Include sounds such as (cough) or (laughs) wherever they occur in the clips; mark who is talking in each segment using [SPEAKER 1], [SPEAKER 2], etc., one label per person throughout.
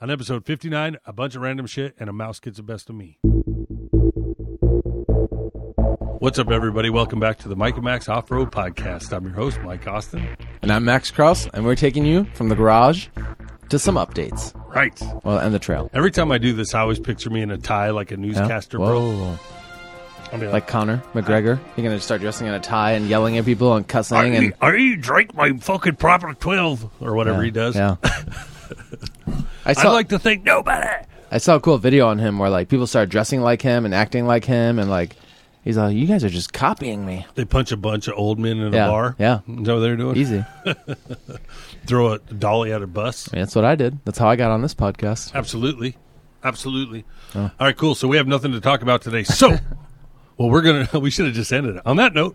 [SPEAKER 1] on episode 59 a bunch of random shit and a mouse gets the best of me what's up everybody welcome back to the mike and max off-road podcast i'm your host mike austin
[SPEAKER 2] And I'm Max Kraus, and we're taking you from the garage to some updates.
[SPEAKER 1] right
[SPEAKER 2] Well, and the trail.
[SPEAKER 1] every time i do this i always picture me in a tie like a
[SPEAKER 2] Yeah?
[SPEAKER 1] newscaster bro
[SPEAKER 2] Whoa.
[SPEAKER 1] I'll be
[SPEAKER 2] Like Connor McGregor. You're going to start dressing in a tie and yelling at people and cussing
[SPEAKER 1] are
[SPEAKER 2] and.
[SPEAKER 1] you, are you drink my fucking proper 12 or whatever he does (laughs)
[SPEAKER 2] Yeah. I
[SPEAKER 1] i'd
[SPEAKER 2] saw,
[SPEAKER 1] like to thank nobody
[SPEAKER 2] I saw a cool video on him where like people started dressing like him and acting like him and like he's like you guys are just copying me.
[SPEAKER 1] they punch a bunch of old men in a
[SPEAKER 2] Yeah,
[SPEAKER 1] bar
[SPEAKER 2] yeah.
[SPEAKER 1] is that what they're doing
[SPEAKER 2] Easy. I mean,
[SPEAKER 1] throw a dolly at a bus
[SPEAKER 2] that's what I did. That's how I got on this podcast.
[SPEAKER 1] Absolutely. Absolutely. All right, cool. So we have nothing to talk about today.
[SPEAKER 2] (laughs)
[SPEAKER 1] So, well, we're going to, (laughs) we should have just ended it. On that note,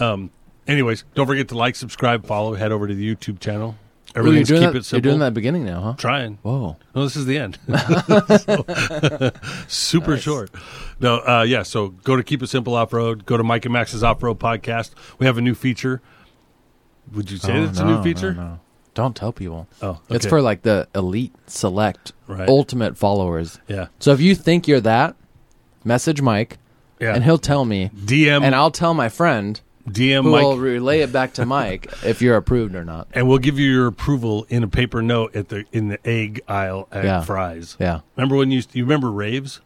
[SPEAKER 1] um, anyways, don't forget to like, subscribe, follow, head over to the YouTube channel.
[SPEAKER 2] Ooh, Oh, you're
[SPEAKER 1] Everything's
[SPEAKER 2] doing
[SPEAKER 1] keep
[SPEAKER 2] that,
[SPEAKER 1] it
[SPEAKER 2] you're
[SPEAKER 1] simple.
[SPEAKER 2] doing that beginning now, huh?
[SPEAKER 1] Trying.
[SPEAKER 2] Whoa.
[SPEAKER 1] No, this is the
[SPEAKER 2] (laughs)
[SPEAKER 1] end. (laughs) So, (laughs) super short. No, uh, yeah. So go to Keep It Simple Off Road. Go to Mike and Max's Off Road podcast. We have a new feature. Would you say
[SPEAKER 2] Oh,
[SPEAKER 1] it's
[SPEAKER 2] no,
[SPEAKER 1] a
[SPEAKER 2] no,
[SPEAKER 1] new feature?
[SPEAKER 2] no. Don't tell people.
[SPEAKER 1] Oh,
[SPEAKER 2] It's
[SPEAKER 1] okay.
[SPEAKER 2] for like the elite, select,
[SPEAKER 1] Right.
[SPEAKER 2] ultimate followers.
[SPEAKER 1] yeah,
[SPEAKER 2] So if you think you're that, message Mike,
[SPEAKER 1] yeah.
[SPEAKER 2] and he'll tell me,
[SPEAKER 1] DM
[SPEAKER 2] and I'll tell my friend
[SPEAKER 1] DM
[SPEAKER 2] who
[SPEAKER 1] Mike
[SPEAKER 2] will relay it back to Mike if you're approved or not.
[SPEAKER 1] and we'll give you your approval in a paper note at the in the egg aisle at
[SPEAKER 2] Yeah.
[SPEAKER 1] fries.
[SPEAKER 2] Yeah,
[SPEAKER 1] Remember when you used to, you remember raves?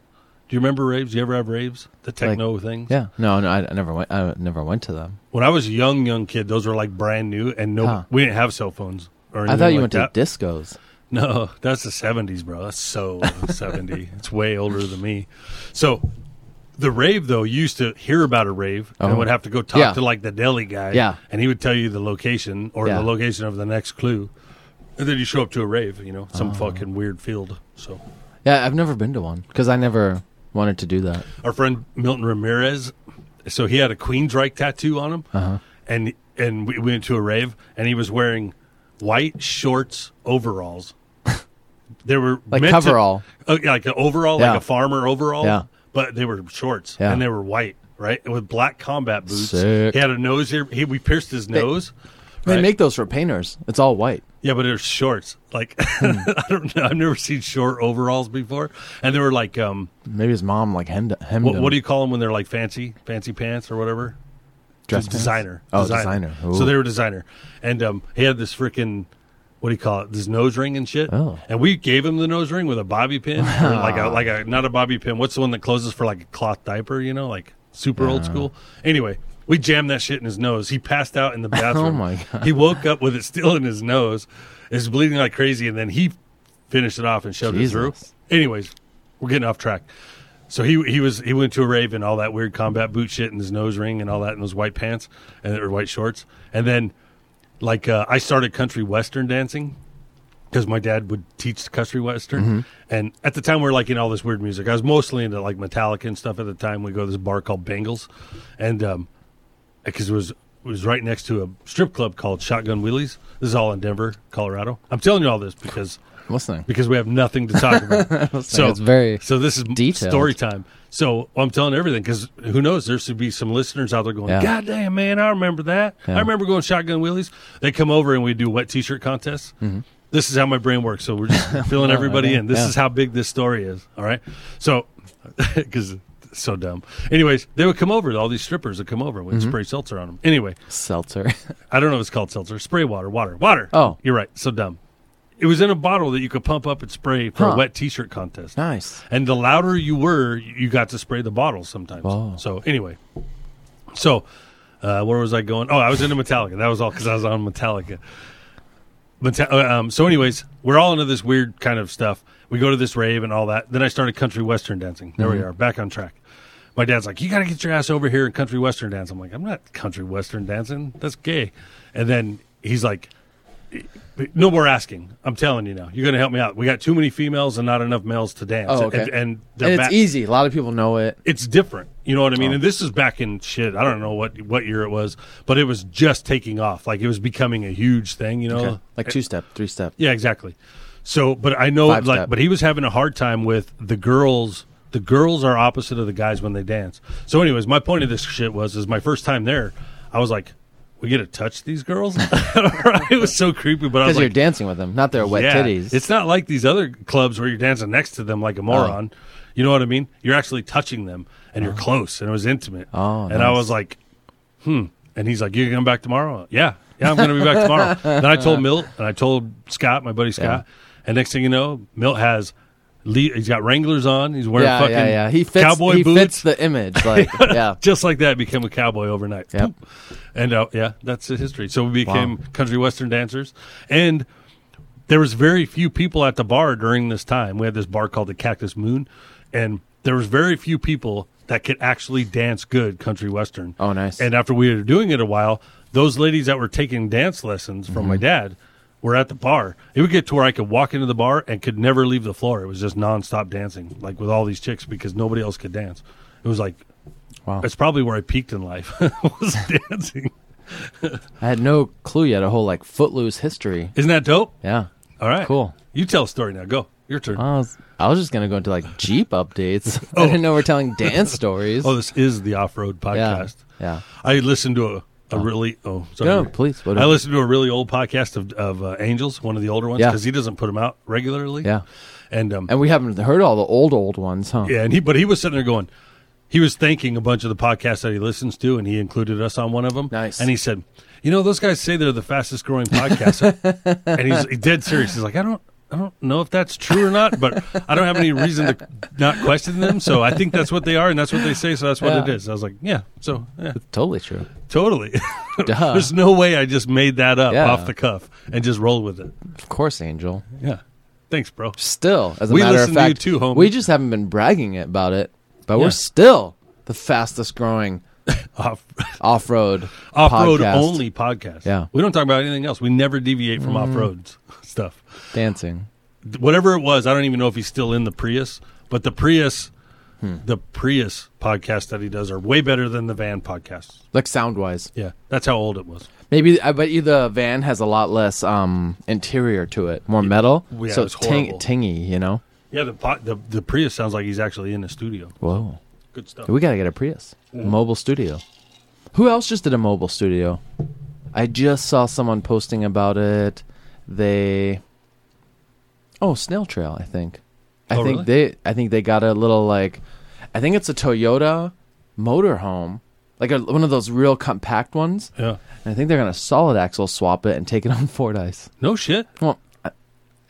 [SPEAKER 1] Do you remember raves? You ever have raves? The techno things.
[SPEAKER 2] yeah. No, no, I, I never went. I never went to them.
[SPEAKER 1] When I was a young young kid, those were like brand new, and no,
[SPEAKER 2] Huh.
[SPEAKER 1] we didn't have cell phones. Or
[SPEAKER 2] I
[SPEAKER 1] anything
[SPEAKER 2] thought you
[SPEAKER 1] like that.
[SPEAKER 2] went to discos.
[SPEAKER 1] No, that's the seventies, bro. That's so (laughs) seventy. It's way older than me. So. The rave though, you used to hear about a rave and
[SPEAKER 2] Oh.
[SPEAKER 1] would have to go talk
[SPEAKER 2] Yeah.
[SPEAKER 1] to like the deli guy,
[SPEAKER 2] Yeah.
[SPEAKER 1] and he would tell you the location or
[SPEAKER 2] Yeah.
[SPEAKER 1] the location of the next clue, and then you show up to a rave, you know, some
[SPEAKER 2] Uh-huh.
[SPEAKER 1] fucking weird field. So
[SPEAKER 2] Yeah, I've never been to one because I never wanted to do that.
[SPEAKER 1] our friend Milton Ramirez, so he had a Queen's Reich tattoo on him,
[SPEAKER 2] Uh-huh.
[SPEAKER 1] and and we went to a rave, and he was wearing white shorts
[SPEAKER 2] (laughs)
[SPEAKER 1] overalls. They were
[SPEAKER 2] Like
[SPEAKER 1] meant to-
[SPEAKER 2] coverall.
[SPEAKER 1] uh, yeah, like an overall,
[SPEAKER 2] Yeah.
[SPEAKER 1] like a farmer overall.
[SPEAKER 2] Yeah.
[SPEAKER 1] but they were shorts
[SPEAKER 2] Yeah.
[SPEAKER 1] and they were white, right? With black combat boots.
[SPEAKER 2] Sick.
[SPEAKER 1] He had a nose here. He, we pierced his nose.
[SPEAKER 2] They
[SPEAKER 1] right?
[SPEAKER 2] make those for painters. It's all white.
[SPEAKER 1] Yeah, but they're shorts. Like
[SPEAKER 2] Hmm.
[SPEAKER 1] (laughs) I don't know. I've never seen short overalls before, and they were like, um,
[SPEAKER 2] Maybe his mom like hemmed, hemmed
[SPEAKER 1] what,
[SPEAKER 2] them.
[SPEAKER 1] what do you call them when they're like fancy, fancy pants or whatever?
[SPEAKER 2] Dress
[SPEAKER 1] Just
[SPEAKER 2] pants?
[SPEAKER 1] designer.
[SPEAKER 2] Oh, designer. Ooh.
[SPEAKER 1] So they were designer, and um, he had this freaking what do you call it? This nose ring and shit.
[SPEAKER 2] Oh.
[SPEAKER 1] And we gave him the nose ring with a bobby pin, or like a like a not a bobby pin. What's the one that closes for like a cloth diaper? You know, like super old school. Anyway. We jammed that shit in his nose. He passed out
[SPEAKER 2] (laughs)
[SPEAKER 1] in the bathroom.
[SPEAKER 2] Oh, my God.
[SPEAKER 1] He woke up with it still in his nose. It's bleeding like crazy, and then he finished it off and shoved it through.
[SPEAKER 2] Jesus.
[SPEAKER 1] Anyways, we're getting off track. So he he was he went to a rave and all that weird combat boot shit and his nose ring and all that and those white pants and or white shorts and then like uh, I started country western dancing because my dad would teach country western and at the time we were like in all this weird music I was mostly into like Metallica and stuff at the time we go to this bar called Bengals and um because it was it was right next to a strip club called Shotgun Wheelies this is all in Denver Colorado I'm telling you all this because (laughs)
[SPEAKER 2] I'm listening.
[SPEAKER 1] because we have nothing to talk
[SPEAKER 2] (laughs)
[SPEAKER 1] about. so
[SPEAKER 2] It's very
[SPEAKER 1] so. This is
[SPEAKER 2] detailed.
[SPEAKER 1] story time. So I'm telling everything because who knows? There should be some listeners out there going,
[SPEAKER 2] Yeah.
[SPEAKER 1] "God damn, man, I remember that. I
[SPEAKER 2] Yeah.
[SPEAKER 1] remember going shotgun wheelies." They come over and we do wet t-shirt contests. This is how my brain works. So we're just
[SPEAKER 2] (laughs)
[SPEAKER 1] filling everybody in. This
[SPEAKER 2] Mm-hmm. yeah.
[SPEAKER 1] is how big this story is. All right. So (laughs) because so dumb. Anyways, they would come over. All these strippers would come over with
[SPEAKER 2] Mm-hmm.
[SPEAKER 1] spray seltzer on them. Anyway,
[SPEAKER 2] Seltzer. (laughs)
[SPEAKER 1] I don't know if it's called seltzer. Spray water. Water. Water.
[SPEAKER 2] Oh.
[SPEAKER 1] You're right. So dumb. It was in a bottle that you could pump up and spray for a
[SPEAKER 2] Huh.
[SPEAKER 1] wet t shirt contest.
[SPEAKER 2] nice.
[SPEAKER 1] And the louder you were, you got to spray the bottle sometimes.
[SPEAKER 2] Wow.
[SPEAKER 1] So, anyway. So, uh, where was I going? Oh, I was into Metallica. That was all because I was on Metallica. Meta- uh, um, so, anyways, we're all into this weird kind of stuff. We go to this rave and all that. Then I started country western dancing. There
[SPEAKER 2] Mm-hmm.
[SPEAKER 1] we are, back on track. My dad's like, "You got to get your ass over here and country western dance." I'm like, "I'm not country western dancing. That's gay." And then he's like, "No more asking. I'm telling you now. You're going to help me out. We got too many females and not enough males to dance."
[SPEAKER 2] Oh, okay.
[SPEAKER 1] And, and, they're
[SPEAKER 2] And it's
[SPEAKER 1] back-
[SPEAKER 2] easy. Oh. A lot of people know it.
[SPEAKER 1] it's different. You know what I mean? And this is back in shit. I don't know what what year it was, but it was just taking off. Like it was becoming a huge thing. You know,
[SPEAKER 2] Okay. Like two step, three step.
[SPEAKER 1] yeah, exactly. So, but I know,
[SPEAKER 2] Five
[SPEAKER 1] like,
[SPEAKER 2] step.
[SPEAKER 1] but he was having a hard time with the girls. The girls are opposite of the guys when they dance. So, anyways, my point of this shit was, is my first time there, I was like, we get to touch these girls. (laughs) it was so creepy, but I was
[SPEAKER 2] because
[SPEAKER 1] like,
[SPEAKER 2] you're dancing with them, not their wet
[SPEAKER 1] yeah.
[SPEAKER 2] titties. Oh.
[SPEAKER 1] It's not like these other clubs where you're dancing next to them like a moron. You know what I mean? You're actually touching them and you're close and it was intimate.
[SPEAKER 2] Oh,
[SPEAKER 1] and I
[SPEAKER 2] nice.
[SPEAKER 1] was like, hmm. And he's like, You're gonna come back tomorrow? Yeah. Yeah, I'm gonna be back tomorrow. then I
[SPEAKER 2] (laughs)
[SPEAKER 1] told Milt and I told Scott, my buddy Scott, and next thing you know, Milt has le- he's got Wranglers on, he's wearing
[SPEAKER 2] yeah,
[SPEAKER 1] fucking
[SPEAKER 2] yeah, yeah. He fits.
[SPEAKER 1] cowboy
[SPEAKER 2] he
[SPEAKER 1] boots.
[SPEAKER 2] fits the image.
[SPEAKER 1] (laughs)
[SPEAKER 2] Like, yeah.
[SPEAKER 1] Just like that, became a cowboy overnight.
[SPEAKER 2] Yep.
[SPEAKER 1] Poop. And uh, yeah, that's the history. So we became country western dancers, and there was very few people at the bar during this time. We had this bar called the Cactus Moon, and there was very few people that could actually dance good country western.
[SPEAKER 2] Oh, nice.
[SPEAKER 1] And after we were doing it a while, those ladies that were taking dance lessons from
[SPEAKER 2] Mm-hmm.
[SPEAKER 1] my dad were at the bar. It would get to where I could walk into the bar and could never leave the floor. It was just nonstop dancing, like with all these chicks, because nobody else could dance. It was like
[SPEAKER 2] Wow.
[SPEAKER 1] that's probably where I peaked in life. (laughs) was dancing.
[SPEAKER 2] I had no clue yet. A whole like footloose history.
[SPEAKER 1] Isn't that dope?
[SPEAKER 2] Yeah.
[SPEAKER 1] All right.
[SPEAKER 2] Cool.
[SPEAKER 1] You tell a story now. Go. Your turn.
[SPEAKER 2] I was, I was just gonna go into like Jeep updates. (laughs) I didn't know we're telling
[SPEAKER 1] (laughs)
[SPEAKER 2] dance stories.
[SPEAKER 1] oh, this is the off-road
[SPEAKER 2] yeah.
[SPEAKER 1] podcast.
[SPEAKER 2] Yeah.
[SPEAKER 1] I listened to a, a really oh sorry.
[SPEAKER 2] No, please, what-
[SPEAKER 1] I listened to a really old podcast of, of uh, Angels, one of the older ones,
[SPEAKER 2] Yeah.
[SPEAKER 1] because he doesn't put them out regularly.
[SPEAKER 2] Yeah.
[SPEAKER 1] And um
[SPEAKER 2] And we haven't heard all the old old ones, huh?
[SPEAKER 1] yeah, and he but he was sitting there going, he was thanking a bunch of the podcasts that he listens to, and he included us on one of them.
[SPEAKER 2] Nice.
[SPEAKER 1] And he said, you know, those guys say they're the fastest growing
[SPEAKER 2] (laughs)
[SPEAKER 1] podcast, and he's he's dead serious. He's like, I don't. I don't know if that's true or not, but I don't have any reason to not question them. So I think that's what they are, and that's what they say. So that's what
[SPEAKER 2] Yeah.
[SPEAKER 1] it is. I was like, yeah. So yeah, (laughs)
[SPEAKER 2] Totally true.
[SPEAKER 1] totally.
[SPEAKER 2] Duh.
[SPEAKER 1] There's no way I just made that up
[SPEAKER 2] Yeah.
[SPEAKER 1] off the cuff and just rolled with it.
[SPEAKER 2] Of course, Angel.
[SPEAKER 1] Yeah. Thanks, bro.
[SPEAKER 2] Still, as a
[SPEAKER 1] We
[SPEAKER 2] matter of
[SPEAKER 1] listen to you
[SPEAKER 2] fact,
[SPEAKER 1] too, homie.
[SPEAKER 2] we just haven't been bragging about it, but
[SPEAKER 1] Yeah.
[SPEAKER 2] we're still the fastest growing
[SPEAKER 1] Off
[SPEAKER 2] off road
[SPEAKER 1] off road only podcast.
[SPEAKER 2] Yeah. Mm-hmm.
[SPEAKER 1] We don't talk about anything else. We never deviate from off road (laughs) stuff.
[SPEAKER 2] dancing.
[SPEAKER 1] Whatever it was, I don't even know if he's still in the Prius, but the Prius
[SPEAKER 2] Hmm.
[SPEAKER 1] the Prius podcast that he does are way better than the van podcasts.
[SPEAKER 2] Like sound wise,
[SPEAKER 1] Yeah. That's how old it was.
[SPEAKER 2] maybe I bet you the van has a lot less um, interior to it, more metal,
[SPEAKER 1] Yeah,
[SPEAKER 2] so
[SPEAKER 1] it's horrible.
[SPEAKER 2] ting- tingy. You know,
[SPEAKER 1] Yeah, the po- the the Prius sounds like he's actually in the studio.
[SPEAKER 2] whoa,
[SPEAKER 1] Good stuff.
[SPEAKER 2] we gotta get a Prius
[SPEAKER 1] Mm.
[SPEAKER 2] mobile studio. Who else just did a mobile studio? I just saw someone posting about it. They, oh, Snail Trail, I think. I
[SPEAKER 1] Oh,
[SPEAKER 2] think they, I think they got a little like, I think it's a Toyota motorhome, like a, one of those real compact ones.
[SPEAKER 1] Yeah.
[SPEAKER 2] And I think they're gonna solid axle swap it and take it on (laughs) Fordyce.
[SPEAKER 1] No shit.
[SPEAKER 2] Well, I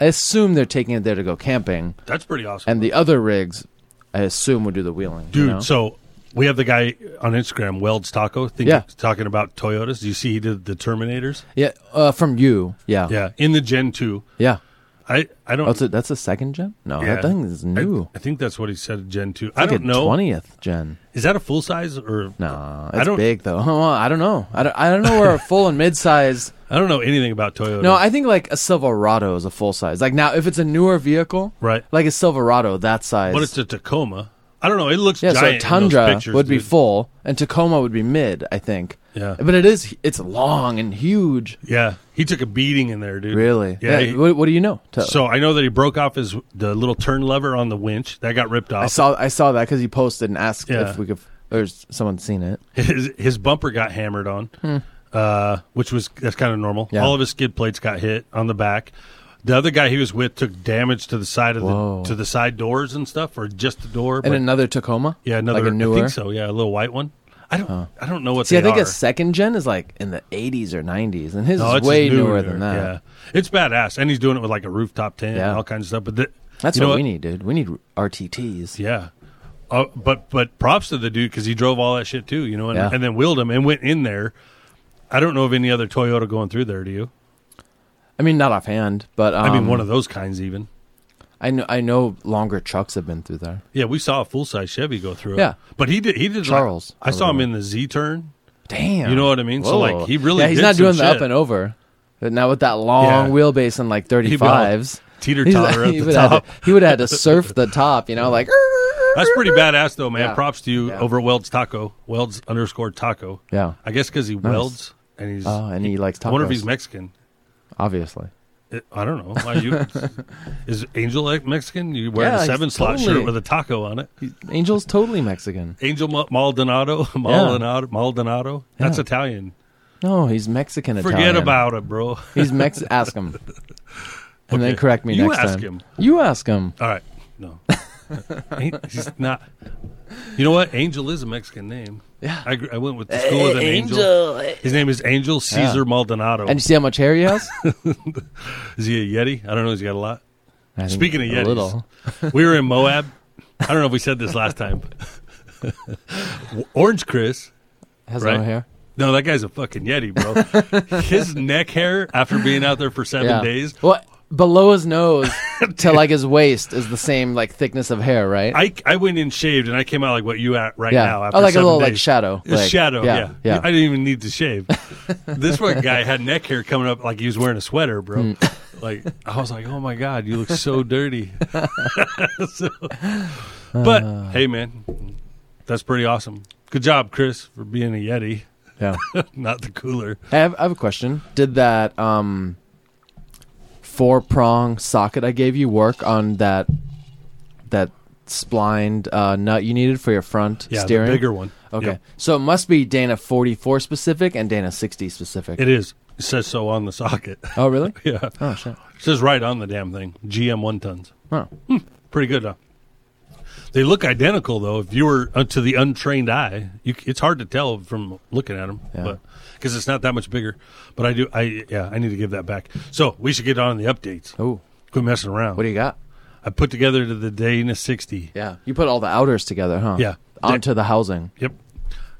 [SPEAKER 2] I assume they're taking it there to go camping,
[SPEAKER 1] That's pretty awesome.
[SPEAKER 2] and the other rigs, I assume, would do the wheeling. you
[SPEAKER 1] dude.
[SPEAKER 2] know?
[SPEAKER 1] So we have the guy on Instagram, Welds Taco. Think
[SPEAKER 2] Yeah.
[SPEAKER 1] talking about Toyotas. Do you see he did the Terminators?
[SPEAKER 2] yeah, uh, from you, yeah,
[SPEAKER 1] Yeah, in the Gen Two.
[SPEAKER 2] yeah.
[SPEAKER 1] I I don't.
[SPEAKER 2] Oh, so that's the second gen? No,
[SPEAKER 1] yeah.
[SPEAKER 2] Oh, that thing is new.
[SPEAKER 1] I, I think that's what he said. Gen Two. I don't know.
[SPEAKER 2] Twentieth gen.
[SPEAKER 1] Is that a full size or
[SPEAKER 2] No,
[SPEAKER 1] I
[SPEAKER 2] it's
[SPEAKER 1] don't.
[SPEAKER 2] big though. (laughs) Well, I don't know. I don't, I don't know where a full and
[SPEAKER 1] (laughs)
[SPEAKER 2] mid size.
[SPEAKER 1] I don't know anything about Toyota.
[SPEAKER 2] No, I think like a Silverado is a full size. Like now, if it's a newer vehicle,
[SPEAKER 1] Right.
[SPEAKER 2] Like a Silverado that size.
[SPEAKER 1] but it's a Tacoma. I don't know. It looks
[SPEAKER 2] yeah, so a
[SPEAKER 1] giant. in those
[SPEAKER 2] Tundra
[SPEAKER 1] pictures,
[SPEAKER 2] would be
[SPEAKER 1] dude.
[SPEAKER 2] full, and Tacoma would be mid. I think.
[SPEAKER 1] Yeah.
[SPEAKER 2] But it is. It's long and huge.
[SPEAKER 1] Yeah, he took a beating in there, dude.
[SPEAKER 2] Really?
[SPEAKER 1] Yeah. he-
[SPEAKER 2] what, what do you know? Tell-
[SPEAKER 1] so I know that he broke off his the little turn lever on the winch that got ripped
[SPEAKER 2] I
[SPEAKER 1] off.
[SPEAKER 2] saw I saw that because you posted and asked
[SPEAKER 1] Yeah.
[SPEAKER 2] if we could. Or s- someone's seen it.
[SPEAKER 1] his his bumper got hammered on, uh, which was that's kind of normal.
[SPEAKER 2] Hmm. Yeah.
[SPEAKER 1] All of his skid plates got hit on the back. The other guy he was with took damage to the side of
[SPEAKER 2] Whoa.
[SPEAKER 1] the to the side doors and stuff, or just the door.
[SPEAKER 2] And
[SPEAKER 1] but-
[SPEAKER 2] another Tacoma.
[SPEAKER 1] yeah, another.
[SPEAKER 2] Like a newer.
[SPEAKER 1] I think so. Yeah, a little white one. I don't. I don't know what
[SPEAKER 2] See,
[SPEAKER 1] they
[SPEAKER 2] I think
[SPEAKER 1] are.
[SPEAKER 2] a second gen is like in the 80s or 90s, and his
[SPEAKER 1] No,
[SPEAKER 2] is
[SPEAKER 1] it's
[SPEAKER 2] way
[SPEAKER 1] newer,
[SPEAKER 2] newer, than that.
[SPEAKER 1] Yeah, it's badass, and he's doing it with like a rooftop tent
[SPEAKER 2] Yeah.
[SPEAKER 1] and all kinds of stuff. But the,
[SPEAKER 2] That's
[SPEAKER 1] you know
[SPEAKER 2] what, we need, dude. We need RTTs.
[SPEAKER 1] Yeah. Uh, but but props to the dude because he drove all that shit too, you know, and,
[SPEAKER 2] Yeah.
[SPEAKER 1] and then wheeled him and went in there. I don't know of any other Toyota going through there. Do you?
[SPEAKER 2] I mean, not offhand, but um,
[SPEAKER 1] I mean, one of those kinds, even.
[SPEAKER 2] I know I know longer trucks have been through there.
[SPEAKER 1] Yeah, we saw a full size Chevy go through. it.
[SPEAKER 2] Yeah.
[SPEAKER 1] but he did. He did.
[SPEAKER 2] Charles.
[SPEAKER 1] I saw him in the Z turn.
[SPEAKER 2] Damn,
[SPEAKER 1] You know what I mean? So, like, he really
[SPEAKER 2] yeah, he's
[SPEAKER 1] did
[SPEAKER 2] not
[SPEAKER 1] some
[SPEAKER 2] doing the
[SPEAKER 1] shit.
[SPEAKER 2] up and over. But now with that long
[SPEAKER 1] Yeah.
[SPEAKER 2] wheelbase and like 35s,
[SPEAKER 1] teeter
[SPEAKER 2] he's-
[SPEAKER 1] totter at
[SPEAKER 2] he
[SPEAKER 1] the
[SPEAKER 2] would have had
[SPEAKER 1] top.
[SPEAKER 2] to- he would have had to surf the top, you know, like
[SPEAKER 1] That's pretty badass, though, man.
[SPEAKER 2] Yeah.
[SPEAKER 1] Props to you
[SPEAKER 2] Yeah.
[SPEAKER 1] over at Welds Taco. Welds underscore Taco.
[SPEAKER 2] yeah.
[SPEAKER 1] I guess because he welds and he's.
[SPEAKER 2] Oh, and he likes
[SPEAKER 1] I wonder if
[SPEAKER 2] tacos.
[SPEAKER 1] he's Mexican.
[SPEAKER 2] Obviously,
[SPEAKER 1] It- I don't know. Why
[SPEAKER 2] (laughs)
[SPEAKER 1] you? is Angel like Mexican? You wearing
[SPEAKER 2] Yeah,
[SPEAKER 1] a
[SPEAKER 2] he's
[SPEAKER 1] seven slot
[SPEAKER 2] totally-
[SPEAKER 1] shirt with a taco on it?
[SPEAKER 2] Angel's totally Mexican.
[SPEAKER 1] (laughs) Angel Ma- Maldonado, Maldonado, Maldonado. That's
[SPEAKER 2] Yeah.
[SPEAKER 1] Italian.
[SPEAKER 2] No, he's Mexican Italian.
[SPEAKER 1] Forget about it, bro. All
[SPEAKER 2] (laughs) He's Mex. ask him, and
[SPEAKER 1] Okay.
[SPEAKER 2] then correct me
[SPEAKER 1] You
[SPEAKER 2] next
[SPEAKER 1] ask
[SPEAKER 2] time.
[SPEAKER 1] him.
[SPEAKER 2] You ask him.
[SPEAKER 1] right.
[SPEAKER 2] (laughs)
[SPEAKER 1] No. Ain't- He's not. You know what? Angel is a Mexican name.
[SPEAKER 2] Yeah.
[SPEAKER 1] I, gr- I went with the school with an angel. His name is Angel Caesar
[SPEAKER 2] Yeah.
[SPEAKER 1] Maldonado.
[SPEAKER 2] And you see how much hair he has?
[SPEAKER 1] (laughs) is he a Yeti? I don't know. He's got a lot.
[SPEAKER 2] I think
[SPEAKER 1] Speaking of
[SPEAKER 2] a
[SPEAKER 1] Yetis,
[SPEAKER 2] little.
[SPEAKER 1] (laughs) we were in Moab. I don't know if we said this last time. (laughs) Orange Chris.
[SPEAKER 2] has
[SPEAKER 1] right?
[SPEAKER 2] no hair.
[SPEAKER 1] No, that guy's a fucking Yeti,
[SPEAKER 2] (laughs)
[SPEAKER 1] bro. His neck hair after being out there for seven
[SPEAKER 2] yeah.
[SPEAKER 1] days.
[SPEAKER 2] Well, below
[SPEAKER 1] (laughs)
[SPEAKER 2] his nose to like his waist is the same like thickness of hair, right?
[SPEAKER 1] I, I went in shaved and I came out like what you at right
[SPEAKER 2] Yeah.
[SPEAKER 1] now.
[SPEAKER 2] Oh,
[SPEAKER 1] After
[SPEAKER 2] like a
[SPEAKER 1] seven
[SPEAKER 2] little, like,
[SPEAKER 1] days.
[SPEAKER 2] shadow,
[SPEAKER 1] It's
[SPEAKER 2] like-
[SPEAKER 1] shadow.
[SPEAKER 2] yeah,
[SPEAKER 1] Yeah,
[SPEAKER 2] yeah.
[SPEAKER 1] I didn't even need to
[SPEAKER 2] (laughs)
[SPEAKER 1] shave. this one guy had neck hair coming up like he was wearing a sweater, bro.
[SPEAKER 2] Hmm.
[SPEAKER 1] (laughs) Like I was like, oh my god, you look
[SPEAKER 2] (laughs)
[SPEAKER 1] so dirty. (laughs) So- but
[SPEAKER 2] Uh.
[SPEAKER 1] hey, man, that's pretty awesome. Good job, Chris, for being a yeti, (laughs)
[SPEAKER 2] yeah.
[SPEAKER 1] not the cooler.
[SPEAKER 2] Hey, I have, I have a question. Did that um, four prong socket I gave you work on that that splined uh, nut you needed for your front
[SPEAKER 1] Yeah,
[SPEAKER 2] steering?
[SPEAKER 1] the bigger one.
[SPEAKER 2] Okay,
[SPEAKER 1] Yeah.
[SPEAKER 2] so it must be Dana forty four specific and Dana sixty specific.
[SPEAKER 1] it is. It says so on the socket. (laughs)
[SPEAKER 2] oh, really?
[SPEAKER 1] yeah,
[SPEAKER 2] Oh shit.
[SPEAKER 1] it says right on the damn thing. GM one tons.
[SPEAKER 2] Oh,
[SPEAKER 1] pretty good. Huh? They look identical though. If you were uh, to the untrained eye, you, c- it's hard to tell from looking at them,
[SPEAKER 2] Yeah.
[SPEAKER 1] because it's not that much bigger. But I do, I yeah, I need to give that back. So we should get on the updates.
[SPEAKER 2] oh.
[SPEAKER 1] Quit messing around.
[SPEAKER 2] What do you got?
[SPEAKER 1] I put together to the Dana sixty.
[SPEAKER 2] Yeah, you put all the outers together, huh?
[SPEAKER 1] Yeah.
[SPEAKER 2] onto the housing.
[SPEAKER 1] Yep.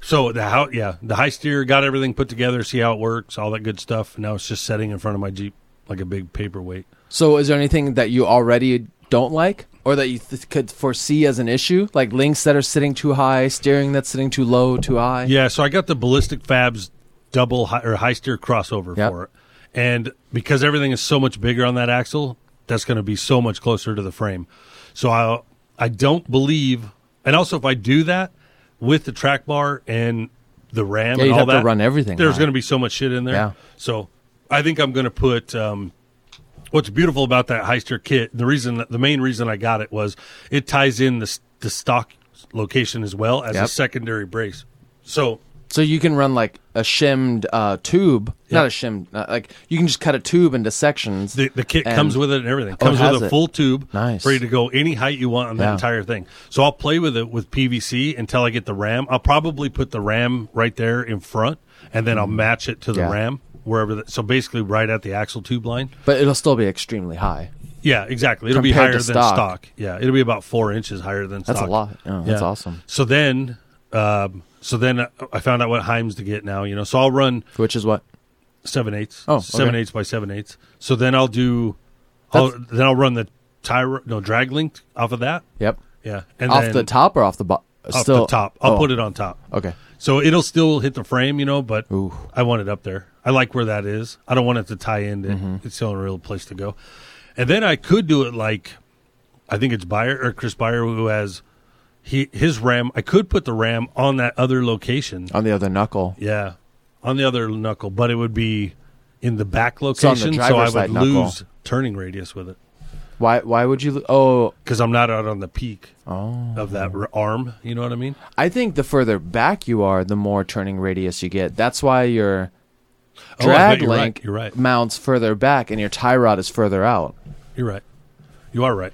[SPEAKER 1] So the how yeah the high steer got everything put together, see how it works, all that good stuff. Now it's just setting in front of my Jeep like a big paperweight.
[SPEAKER 2] So, is there anything that you already don't like, or that you th- could foresee as an issue, like links that are sitting too high, steering that's sitting too low, too high?
[SPEAKER 1] Yeah, so I got the Ballistic Fabs double high, or high steer crossover
[SPEAKER 2] Yep.
[SPEAKER 1] for it, and because everything is so much bigger on that axle, that's going to be so much closer to the frame. So I I don't believe, and also if I do that with the track bar and the RAM and
[SPEAKER 2] Yeah, you'd
[SPEAKER 1] all
[SPEAKER 2] have to
[SPEAKER 1] that,
[SPEAKER 2] run everything
[SPEAKER 1] There's
[SPEAKER 2] high.
[SPEAKER 1] going to be so much shit in there.
[SPEAKER 2] Yeah.
[SPEAKER 1] So I think I'm going to put. Um, what's beautiful about that Heister kit, the reason, the main reason I got it was it ties in the s- the stock location as well as a
[SPEAKER 2] Yep.
[SPEAKER 1] secondary brace. So
[SPEAKER 2] So you can run like a shimmed uh, tube, not a shimmed, uh, like you can just cut a tube into sections.
[SPEAKER 1] the, the kit
[SPEAKER 2] and-
[SPEAKER 1] comes with it and everything.
[SPEAKER 2] Oh, it
[SPEAKER 1] Comes
[SPEAKER 2] has
[SPEAKER 1] with a
[SPEAKER 2] it.
[SPEAKER 1] full tube,
[SPEAKER 2] Nice.
[SPEAKER 1] ready to go any height you want on the
[SPEAKER 2] Yeah.
[SPEAKER 1] entire thing. So I'll play with it with PVC until I get the RAM. I'll probably put the RAM right there in front, and then I'll match it to the
[SPEAKER 2] Mm. Yeah.
[SPEAKER 1] RAM wherever. The, so basically, right at the axle tube line.
[SPEAKER 2] but it'll still be extremely high.
[SPEAKER 1] Yeah, exactly. It'll be
[SPEAKER 2] Compared
[SPEAKER 1] higher
[SPEAKER 2] to
[SPEAKER 1] than stock.
[SPEAKER 2] stock.
[SPEAKER 1] Yeah, it'll be about four inches higher than
[SPEAKER 2] That's
[SPEAKER 1] stock.
[SPEAKER 2] a lot. Oh, That's
[SPEAKER 1] Yeah.
[SPEAKER 2] awesome.
[SPEAKER 1] So then, um, so then I found out what Heims to get now. You know, so I'll run
[SPEAKER 2] Which is what?
[SPEAKER 1] seven eighths.
[SPEAKER 2] Oh, okay.
[SPEAKER 1] seven eighths by seven eighths. So then I'll do, I'll, then I'll run the tie ro- no drag length off of that.
[SPEAKER 2] Yep.
[SPEAKER 1] Yeah, and
[SPEAKER 2] off
[SPEAKER 1] then
[SPEAKER 2] the oh. top or off the bottom?
[SPEAKER 1] off the top. I'll put it on top.
[SPEAKER 2] Okay.
[SPEAKER 1] So it'll still hit the frame, you know, but
[SPEAKER 2] Ooh.
[SPEAKER 1] I want it up there. I like where that is. I don't want it to tie in. To,
[SPEAKER 2] Mm-hmm.
[SPEAKER 1] It's the only real place to go. And then I could do it like I think it's Buyer or Chris Buyer who has he his RAM. I could put the RAM on that other location.
[SPEAKER 2] On the other knuckle.
[SPEAKER 1] Yeah, on the other knuckle, but it would be in the back
[SPEAKER 2] the
[SPEAKER 1] location, so I
[SPEAKER 2] driver's
[SPEAKER 1] would
[SPEAKER 2] side knuckle.
[SPEAKER 1] lose turning radius with it
[SPEAKER 2] Why? Why would you? lo- Oh,
[SPEAKER 1] because I'm not out on the peak
[SPEAKER 2] oh.
[SPEAKER 1] of that r- arm. You know what I mean?
[SPEAKER 2] I think the further back you are, the more turning radius you get. That's why your
[SPEAKER 1] Oh, I bet
[SPEAKER 2] drag
[SPEAKER 1] you're right.
[SPEAKER 2] link
[SPEAKER 1] You're right.
[SPEAKER 2] mounts further back, and your tie rod is further out.
[SPEAKER 1] You're right. You are right.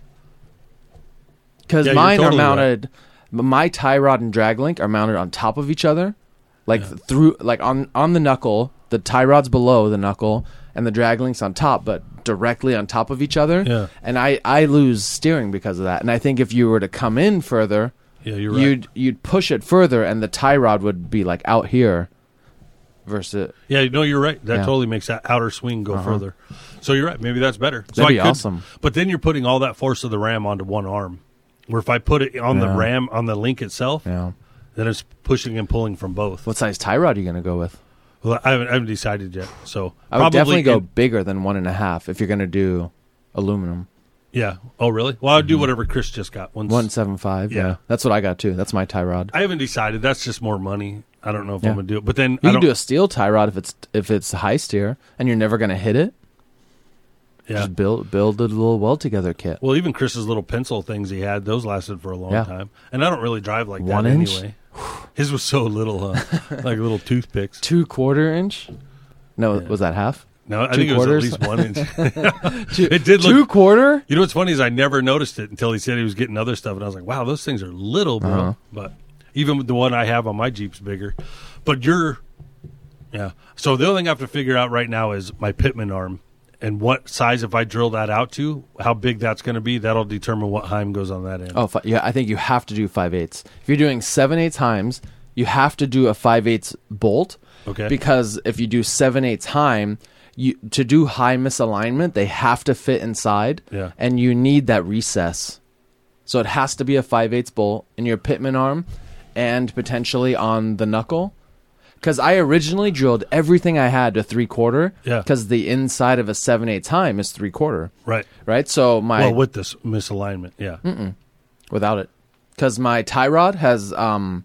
[SPEAKER 2] because
[SPEAKER 1] Yeah, you're
[SPEAKER 2] mine
[SPEAKER 1] totally
[SPEAKER 2] are
[SPEAKER 1] right.
[SPEAKER 2] mounted. m My tie rod and drag link are mounted on top of each other, like through, like on on the knuckle. The tie rod's below the knuckle, and the drag link's on top, but directly on top of each other.
[SPEAKER 1] Yeah.
[SPEAKER 2] And I I lose steering because of that. And I think if you were to come in further,
[SPEAKER 1] Yeah, you're right.
[SPEAKER 2] you'd you'd push it further, and the tie rod would be like out here, versus
[SPEAKER 1] Yeah, no, you're right. That
[SPEAKER 2] Yeah. Uh-huh.
[SPEAKER 1] totally makes that outer swing go further. So you're right. Maybe that's better. So
[SPEAKER 2] That'd be
[SPEAKER 1] I could,
[SPEAKER 2] awesome.
[SPEAKER 1] But then you're putting all that force of the ram onto one arm. Where if I put it on the
[SPEAKER 2] Yeah.
[SPEAKER 1] ram on the link itself,
[SPEAKER 2] you know.
[SPEAKER 1] then it's pushing and pulling from both.
[SPEAKER 2] What size tie rod are you gonna go with?
[SPEAKER 1] Well, I haven't, I haven't decided yet. So
[SPEAKER 2] I would definitely go
[SPEAKER 1] in-
[SPEAKER 2] bigger than one and a half if you're gonna do aluminum.
[SPEAKER 1] yeah. Oh, really? Well, I'll
[SPEAKER 2] Mm-hmm.
[SPEAKER 1] do whatever Chris just got. Once,
[SPEAKER 2] One seven five.
[SPEAKER 1] Yeah.
[SPEAKER 2] that's what I got too. That's my tie rod.
[SPEAKER 1] I haven't decided. That's just more money. I don't know if
[SPEAKER 2] Yeah.
[SPEAKER 1] I'm gonna do it. But then
[SPEAKER 2] You
[SPEAKER 1] I
[SPEAKER 2] can
[SPEAKER 1] don't,
[SPEAKER 2] do a steel tie rod if it's if it's high steer and you're never gonna hit it.
[SPEAKER 1] yeah.
[SPEAKER 2] Just build build a little weld together kit.
[SPEAKER 1] Well, even Chris's little pencil things he had, those lasted for a long
[SPEAKER 2] Yeah.
[SPEAKER 1] time. And I don't really drive like
[SPEAKER 2] One
[SPEAKER 1] that
[SPEAKER 2] inch?
[SPEAKER 1] anyway. His was so little,
[SPEAKER 2] (laughs)
[SPEAKER 1] huh? like little toothpicks.
[SPEAKER 2] Two quarter inch? No, was that half?
[SPEAKER 1] No, I
[SPEAKER 2] Two
[SPEAKER 1] think
[SPEAKER 2] quarters?
[SPEAKER 1] it was at least one inch. (laughs)
[SPEAKER 2] (laughs) Two,
[SPEAKER 1] It did
[SPEAKER 2] two
[SPEAKER 1] look-
[SPEAKER 2] quarter?
[SPEAKER 1] you know what's funny is I never noticed it until he said he was getting other stuff, and I was like, "Wow, those things are little, bro."
[SPEAKER 2] Uh-huh.
[SPEAKER 1] But even with the one I have on my Jeep's bigger. But you're, yeah. So the only thing I have to figure out right now is my Pitman arm and what size. If I drill that out to how big that's going to be, that'll determine what Heim goes on that end.
[SPEAKER 2] Oh, fi- yeah. I think you have to do five eighths. If you're doing seven eighths times, you have to do a five eighths bolt.
[SPEAKER 1] Okay.
[SPEAKER 2] Because if you do seven eighths time, you to do high misalignment, they have to fit inside.
[SPEAKER 1] Yeah.
[SPEAKER 2] And you need that recess, so it has to be a five eighths bolt in your pitman arm, and potentially on the knuckle. Because I originally drilled everything I had to three quarter.
[SPEAKER 1] Yeah.
[SPEAKER 2] Because the inside of a seven eighths time is three quarter.
[SPEAKER 1] Right.
[SPEAKER 2] Right. So my
[SPEAKER 1] Well, with this misalignment, yeah.
[SPEAKER 2] without it because my tie rod has um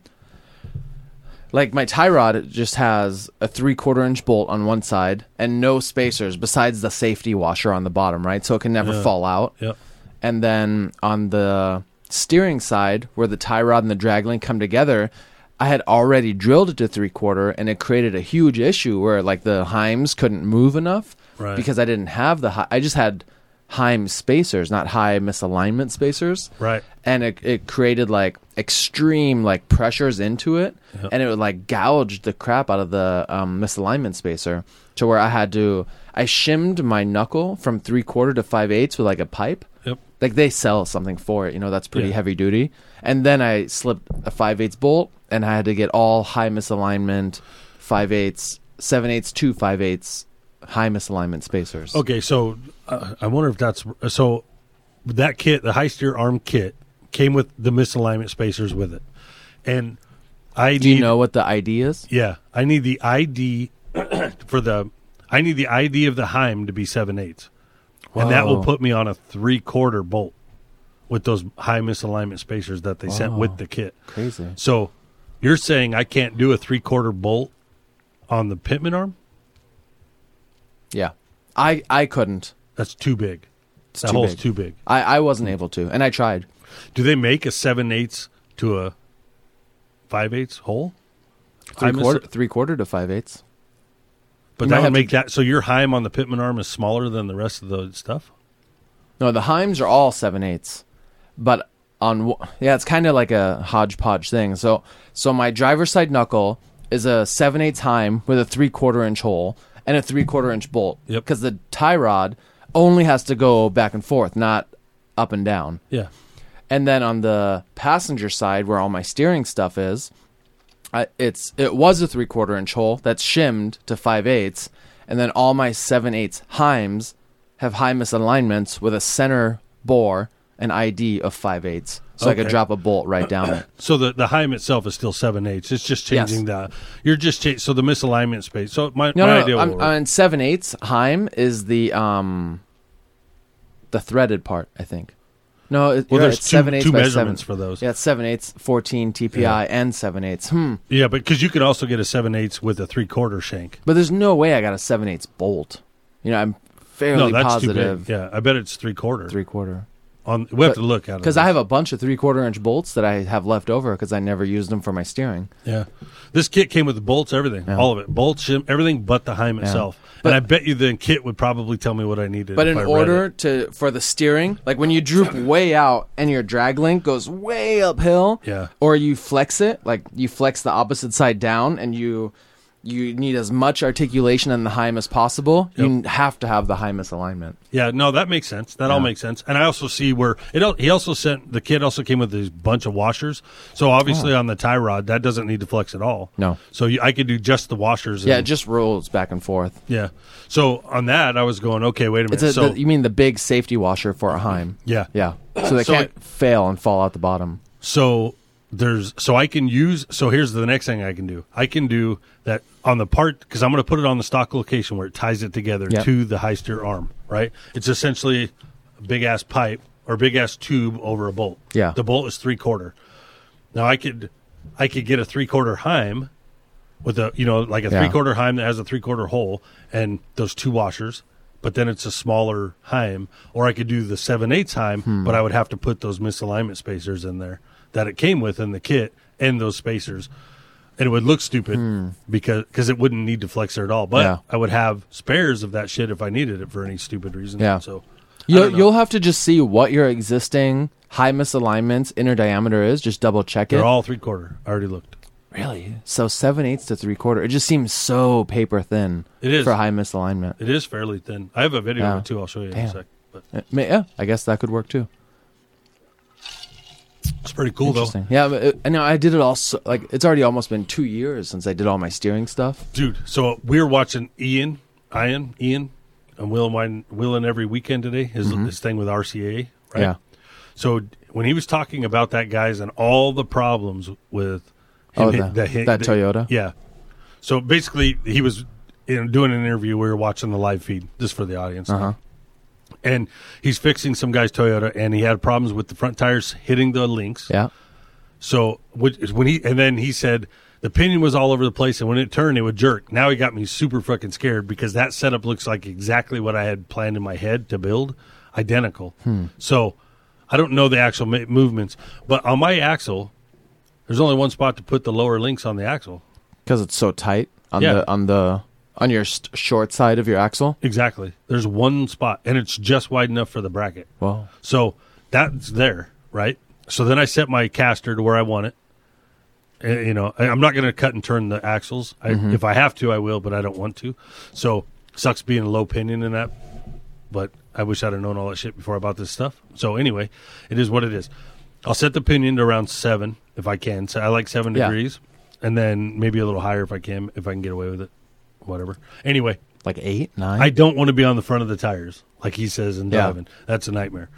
[SPEAKER 2] like my tie rod it just has a three quarter inch bolt on one side and no spacers besides the safety washer on the bottom right so it can never fall out
[SPEAKER 1] Yep.
[SPEAKER 2] and then on the steering side where the tie rod and the dragline come together i had already drilled it to three quarter and it created a huge issue where like the heims couldn't move enough
[SPEAKER 1] Right.
[SPEAKER 2] because i didn't have the hi- i just had heim spacers not high misalignment spacers
[SPEAKER 1] Right.
[SPEAKER 2] and it, it created like extreme like pressures into it and it would like gouge the crap out of the um, misalignment spacer to where i had to i shimmed my knuckle from three quarter to five eighths with like a pipe
[SPEAKER 1] Yep.
[SPEAKER 2] like they sell something for it you know that's pretty
[SPEAKER 1] Yeah.
[SPEAKER 2] heavy duty and then i slipped a five eighths bolt and i had to get all high misalignment five eighths seven eighths two five eighths high misalignment spacers
[SPEAKER 1] Okay, so uh, I wonder if that's so. That kit, the high steer arm kit, came with the misalignment spacers with it, and I
[SPEAKER 2] do you
[SPEAKER 1] need,
[SPEAKER 2] know what the idea is
[SPEAKER 1] Yeah, I need the ID (clears throat) for the. I need the ID of the Heim to be seven eighths, and that will
[SPEAKER 2] Wow.
[SPEAKER 1] put me on a three quarter bolt with those high misalignment spacers that they sent
[SPEAKER 2] Oh,
[SPEAKER 1] with the kit.
[SPEAKER 2] crazy
[SPEAKER 1] So you're saying I can't do a three quarter bolt on the Pitman arm?
[SPEAKER 2] yeah i i couldn't
[SPEAKER 1] That's too big. that
[SPEAKER 2] too
[SPEAKER 1] hole's
[SPEAKER 2] big.
[SPEAKER 1] too big.
[SPEAKER 2] I, I wasn't able to, and I tried.
[SPEAKER 1] Do they make a seven eighths to a five eighths hole?
[SPEAKER 2] Three
[SPEAKER 1] I miss
[SPEAKER 2] quarter,
[SPEAKER 1] it.
[SPEAKER 2] three quarter to five eighths.
[SPEAKER 1] But
[SPEAKER 2] You might
[SPEAKER 1] that would
[SPEAKER 2] have to-
[SPEAKER 1] make that so your Heim on the Pitman arm is smaller than the rest of the stuff.
[SPEAKER 2] No, the Heims are all seven eighths, but on wh- yeah, it's kind of like a hodgepodge thing. So so my driver's side knuckle is a seven eighths Heim with a three quarter inch hole and a three quarter inch bolt
[SPEAKER 1] Yep.
[SPEAKER 2] because the tie rod only has to go back and forth, not up and down.
[SPEAKER 1] Yeah,
[SPEAKER 2] And then on the passenger side, where all my steering stuff is, I, it's it was a three quarter inch hole that's shimmed to five eighths, and then all my seven eighths heims have high misalignments with a center bore and ID of five eighths, so I could
[SPEAKER 1] Okay.
[SPEAKER 2] drop a bolt right down it.
[SPEAKER 1] So the the Heim itself is still seven eighths. It's just
[SPEAKER 2] Yes.
[SPEAKER 1] changing the. You're just cha- so the misalignment space. So my
[SPEAKER 2] No,
[SPEAKER 1] my
[SPEAKER 2] no,
[SPEAKER 1] idea
[SPEAKER 2] no
[SPEAKER 1] will
[SPEAKER 2] I'm,
[SPEAKER 1] work.
[SPEAKER 2] on seven eighths heim is the um the threaded part, I think. No, it,
[SPEAKER 1] Well,
[SPEAKER 2] you're right,
[SPEAKER 1] there's
[SPEAKER 2] it's
[SPEAKER 1] two-
[SPEAKER 2] seven eighths
[SPEAKER 1] two
[SPEAKER 2] by
[SPEAKER 1] measurements
[SPEAKER 2] seven.
[SPEAKER 1] for those.
[SPEAKER 2] Yeah, it's seven eighths, fourteen TPI, and seven eighths. Hmm.
[SPEAKER 1] yeah, but because you could also get a seven eighths with a three quarter shank.
[SPEAKER 2] But there's no way I got a seven eighths bolt. You know, I'm
[SPEAKER 1] No,
[SPEAKER 2] fairly
[SPEAKER 1] that's
[SPEAKER 2] positive
[SPEAKER 1] too big. Yeah, I bet it's three quarter.
[SPEAKER 2] three quarter
[SPEAKER 1] On we have
[SPEAKER 2] But-
[SPEAKER 1] to look at it
[SPEAKER 2] because I have a bunch of three quarter inch bolts that I have left over because I never used them for my steering.
[SPEAKER 1] Yeah, this kit came with bolts, everything, all of it, bolts, shim, everything but the Heim itself. and I bet you the kit would probably tell me what I needed.
[SPEAKER 2] But
[SPEAKER 1] if
[SPEAKER 2] in
[SPEAKER 1] I read
[SPEAKER 2] order
[SPEAKER 1] it.
[SPEAKER 2] to for the steering, like when you droop way out and your drag link goes way uphill,
[SPEAKER 1] Yeah.
[SPEAKER 2] or you flex it, like you flex the opposite side down, and you you need as much articulation in the hime as possible. You have to have the hime alignment.
[SPEAKER 1] yeah, no, that makes sense. That all makes sense. And I also see where it. al- He also sent the kit also came with a bunch of washers. So obviously on the tie rod, that doesn't need to flex at all.
[SPEAKER 2] No.
[SPEAKER 1] So you, I could do just the washers.
[SPEAKER 2] Yeah,
[SPEAKER 1] and-
[SPEAKER 2] it just rolls back and forth.
[SPEAKER 1] Yeah. So on that, I was going, okay, wait a minute.
[SPEAKER 2] It's a,
[SPEAKER 1] so
[SPEAKER 2] the- you mean the big safety washer for a Heim?
[SPEAKER 1] Yeah.
[SPEAKER 2] yeah. So they
[SPEAKER 1] So
[SPEAKER 2] can't fail and fall out the bottom.
[SPEAKER 1] so there's so I can use. So here's the next thing I can do. I can do that on the part because I'm going to put it on the stock location where it ties it together
[SPEAKER 2] Yeah.
[SPEAKER 1] to the high steer arm. Right. It's essentially a big ass pipe or big ass tube over a bolt.
[SPEAKER 2] Yeah.
[SPEAKER 1] The bolt is three quarter. Now I could I could get a three quarter Heim with a you know like a
[SPEAKER 2] Yeah.
[SPEAKER 1] three quarter Heim that has a three quarter hole and those two washers, but then it's a smaller Heim. Or I could do the seven eighths Heim,
[SPEAKER 2] Hmm.
[SPEAKER 1] but I would have to put those misalignment spacers in there that it came with in the kit and those spacers. and it would look stupid because cause it wouldn't need deflexor at all. But
[SPEAKER 2] Hmm. Yeah.
[SPEAKER 1] I would have spares of that shit if I needed it for any stupid reason.
[SPEAKER 2] Yeah.
[SPEAKER 1] So
[SPEAKER 2] You'll,
[SPEAKER 1] don't know.
[SPEAKER 2] you'll have to just see what your existing high misalignments inner diameter is. Just double check it.
[SPEAKER 1] they're all three quarter. I already looked.
[SPEAKER 2] really? So seven eighths to three quarter. It just seems so paper thin.
[SPEAKER 1] It is.
[SPEAKER 2] for high misalignment.
[SPEAKER 1] It is fairly thin. I have a video
[SPEAKER 2] Yeah.
[SPEAKER 1] of it too. I'll show you in
[SPEAKER 2] Damn.
[SPEAKER 1] a sec. But
[SPEAKER 2] Uh, ma- Yeah, I guess that could work too.
[SPEAKER 1] it's pretty cool though,
[SPEAKER 2] Interesting. Yeah, but it, I know I did it all. So, like it's already almost been two years since I did all my steering stuff.
[SPEAKER 1] dude. So we were watching Ian, Ian, Ian, and Will and Wine, Will and every weekend today. His his thing with RCA, right?
[SPEAKER 2] Mm-hmm. Yeah.
[SPEAKER 1] So when he was talking about that guys and all the problems with him
[SPEAKER 2] Oh,
[SPEAKER 1] hit-
[SPEAKER 2] the-
[SPEAKER 1] hit-
[SPEAKER 2] that Toyota?
[SPEAKER 1] yeah. So basically, he was you know, doing an interview. We were watching the live feed just for the audience,
[SPEAKER 2] Uh-huh.
[SPEAKER 1] and he's fixing some guy's Toyota, and he had problems with the front tires hitting the links.
[SPEAKER 2] Yeah.
[SPEAKER 1] So which is when he and then he said the pinion was all over the place, and when it turned, it would jerk. Now he got me super fucking scared because that setup looks like exactly what I had planned in my head to build, identical. So I don't know the actual ma- movements, but on my axle, there's only one spot to put the lower links on the axle.
[SPEAKER 2] because it's so tight on
[SPEAKER 1] Yeah.
[SPEAKER 2] the on the on your st- short side of your axle.
[SPEAKER 1] Exactly, there's one spot, and it's just wide enough for the bracket.
[SPEAKER 2] Well,
[SPEAKER 1] So that's there, right? So then I set my caster to where I want it. Uh, You know, I- I'm not going to cut and turn the axles. I, If I have to, I will, but I don't want to. So sucks being a low pinion in that. But I wish I'd have known all that shit before I bought this stuff. So anyway, it is what it is. I'll set the pinion to around seven if I can. So I like seven
[SPEAKER 2] Yeah.
[SPEAKER 1] degrees, and then maybe a little higher if I can, if I can get away with it. Whatever. Anyway,
[SPEAKER 2] like eight, nine.
[SPEAKER 1] I don't want to be on the front of the tires, like he says in
[SPEAKER 2] Yeah.
[SPEAKER 1] diving. That's a nightmare.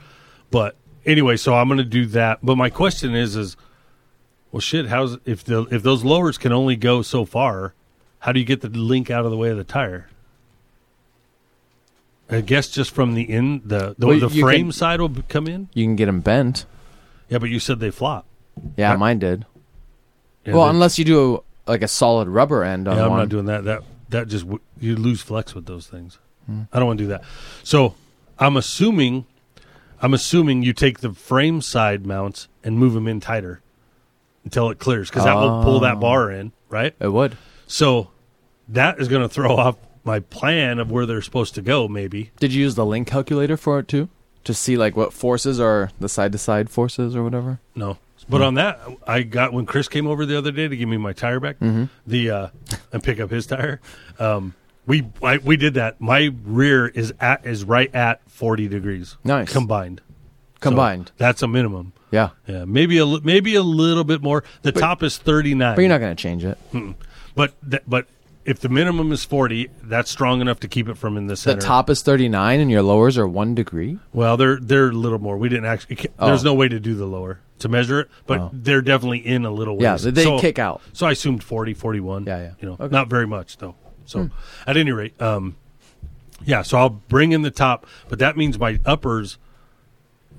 [SPEAKER 1] But anyway, so I'm going to do that. But my question is, is well, shit. How's if the if those lowers can only go so far? How do you get the link out of the way of the tire? I guess just from the in the the,
[SPEAKER 2] Well,
[SPEAKER 1] the
[SPEAKER 2] you
[SPEAKER 1] frame
[SPEAKER 2] can-
[SPEAKER 1] side will b- come in.
[SPEAKER 2] you can get them bent.
[SPEAKER 1] Yeah, but you said they flop.
[SPEAKER 2] Yeah,
[SPEAKER 1] Right.
[SPEAKER 2] mine did.
[SPEAKER 1] Yeah,
[SPEAKER 2] well,
[SPEAKER 1] they-
[SPEAKER 2] unless you do like a solid rubber end on
[SPEAKER 1] yeah, I'm
[SPEAKER 2] one.
[SPEAKER 1] not doing that. That that just w- you lose flex with those things.
[SPEAKER 2] Hmm.
[SPEAKER 1] I don't want to do that. So I'm assuming, I'm assuming you take the frame side mounts and move them in tighter until it clears because that will pull that bar in, right?
[SPEAKER 2] it would.
[SPEAKER 1] So that is going to throw off my plan of where they're supposed to go. Maybe
[SPEAKER 2] Did you use the link calculator for it too? To see like what forces are the side to side forces or whatever.
[SPEAKER 1] no. But on that, I got when Chris came over the other day to give me my tire back,
[SPEAKER 2] Mm-hmm.
[SPEAKER 1] the uh, and pick up his tire. Um, we I, we did that. My rear is at is right at forty degrees.
[SPEAKER 2] Nice.
[SPEAKER 1] combined. So
[SPEAKER 2] Combined.
[SPEAKER 1] that's a minimum.
[SPEAKER 2] yeah,
[SPEAKER 1] Yeah, maybe a li- maybe a little bit more. The top is thirty nine.
[SPEAKER 2] but you're not going to change it.
[SPEAKER 1] Hmm. But th- but if the minimum is forty, that's strong enough to keep it from in the
[SPEAKER 2] The
[SPEAKER 1] center.
[SPEAKER 2] top is 39 and your lowers are one degree.
[SPEAKER 1] Well, they're they're a little more. We didn't actually. ca-
[SPEAKER 2] Oh.
[SPEAKER 1] There's no way to do the lower to measure it, but they're definitely in a little.
[SPEAKER 2] Yeah,
[SPEAKER 1] ways.
[SPEAKER 2] they- they kick out.
[SPEAKER 1] So I assumed 40, 41.
[SPEAKER 2] Yeah, yeah.
[SPEAKER 1] You know,
[SPEAKER 2] Okay.
[SPEAKER 1] not very much though. So at any rate, um, yeah. So I'll bring in the top, but that means my uppers,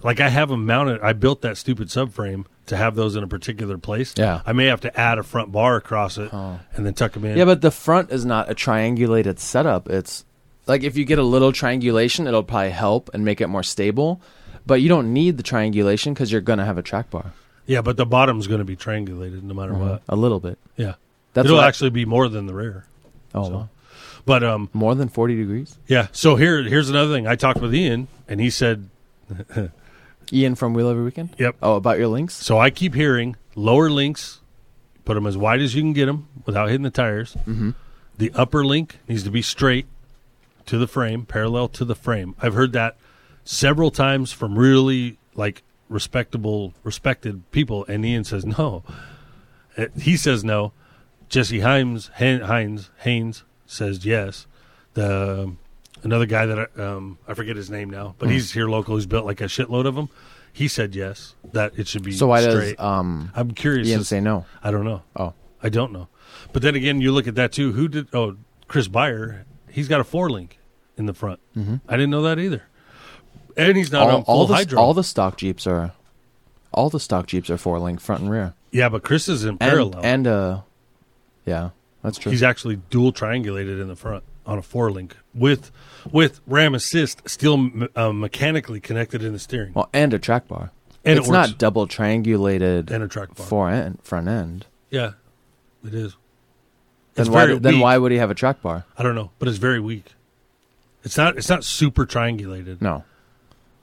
[SPEAKER 1] like I have them mounted. I built that stupid subframe to have those in a particular place.
[SPEAKER 2] Yeah. Oh.
[SPEAKER 1] I may have to add a front bar across it and then tuck them in.
[SPEAKER 2] Yeah, but the front is not a triangulated setup. It's like if you get a little triangulation, it'll probably help and make it more stable. But you don't need the triangulation because you're gonna have a track bar
[SPEAKER 1] yeah, but the bottom's going to be triangulated no matter what.
[SPEAKER 2] a little bit.
[SPEAKER 1] Yeah.
[SPEAKER 2] Uh-huh. That's
[SPEAKER 1] It'll
[SPEAKER 2] what I-
[SPEAKER 1] actually be more than the rear.
[SPEAKER 2] Oh,
[SPEAKER 1] So-
[SPEAKER 2] wow.
[SPEAKER 1] But um,
[SPEAKER 2] more than forty degrees.
[SPEAKER 1] Yeah. So here, here's another thing. I talked with Ian, and he said,
[SPEAKER 2] Ian from Wheel Every Weekend.
[SPEAKER 1] "Yep."
[SPEAKER 2] Oh, about your links.
[SPEAKER 1] So I keep hearing lower links, put them as wide as you can get them without hitting the tires. Mm-hmm. The upper link needs to be straight to the frame, parallel to the frame. I've heard that several times from really like respectable, respected people, and Ian says no. Uh, He says no. Jesse Himes, Han- Hines, Haynes says yes. The um, another guy that I, um, I forget his name now,
[SPEAKER 2] Hmm.
[SPEAKER 1] but he's here local. He's built like a shitload of them. He said yes that it should be.
[SPEAKER 2] So why
[SPEAKER 1] straight.
[SPEAKER 2] does um
[SPEAKER 1] I'm curious?
[SPEAKER 2] Ian
[SPEAKER 1] as-
[SPEAKER 2] say no?
[SPEAKER 1] I don't know.
[SPEAKER 2] Oh,
[SPEAKER 1] I don't know. But then again, you look at that too. Who did? Oh, Chris Byer. He's got a four link in the front. I didn't know that either. And he's not
[SPEAKER 2] Mm-hmm. all,
[SPEAKER 1] on full
[SPEAKER 2] all the
[SPEAKER 1] hydro.
[SPEAKER 2] all the stock jeeps are, all the stock jeeps are four link front and rear
[SPEAKER 1] yeah, but Chris is in
[SPEAKER 2] and
[SPEAKER 1] parallel.
[SPEAKER 2] and uh, yeah, that's true.
[SPEAKER 1] he's actually dual triangulated in the front on a four link with with ram assist still m- uh, mechanically connected in the steering
[SPEAKER 2] Well, and a track bar.
[SPEAKER 1] And it
[SPEAKER 2] it's
[SPEAKER 1] works.
[SPEAKER 2] not double triangulated
[SPEAKER 1] and a track bar.
[SPEAKER 2] fore end, front end.
[SPEAKER 1] Yeah. It is.
[SPEAKER 2] Then
[SPEAKER 1] It's
[SPEAKER 2] why?
[SPEAKER 1] very
[SPEAKER 2] Then
[SPEAKER 1] weak.
[SPEAKER 2] why would he have a track bar?
[SPEAKER 1] I don't know, but it's very weak. It's not. It's not super triangulated.
[SPEAKER 2] No,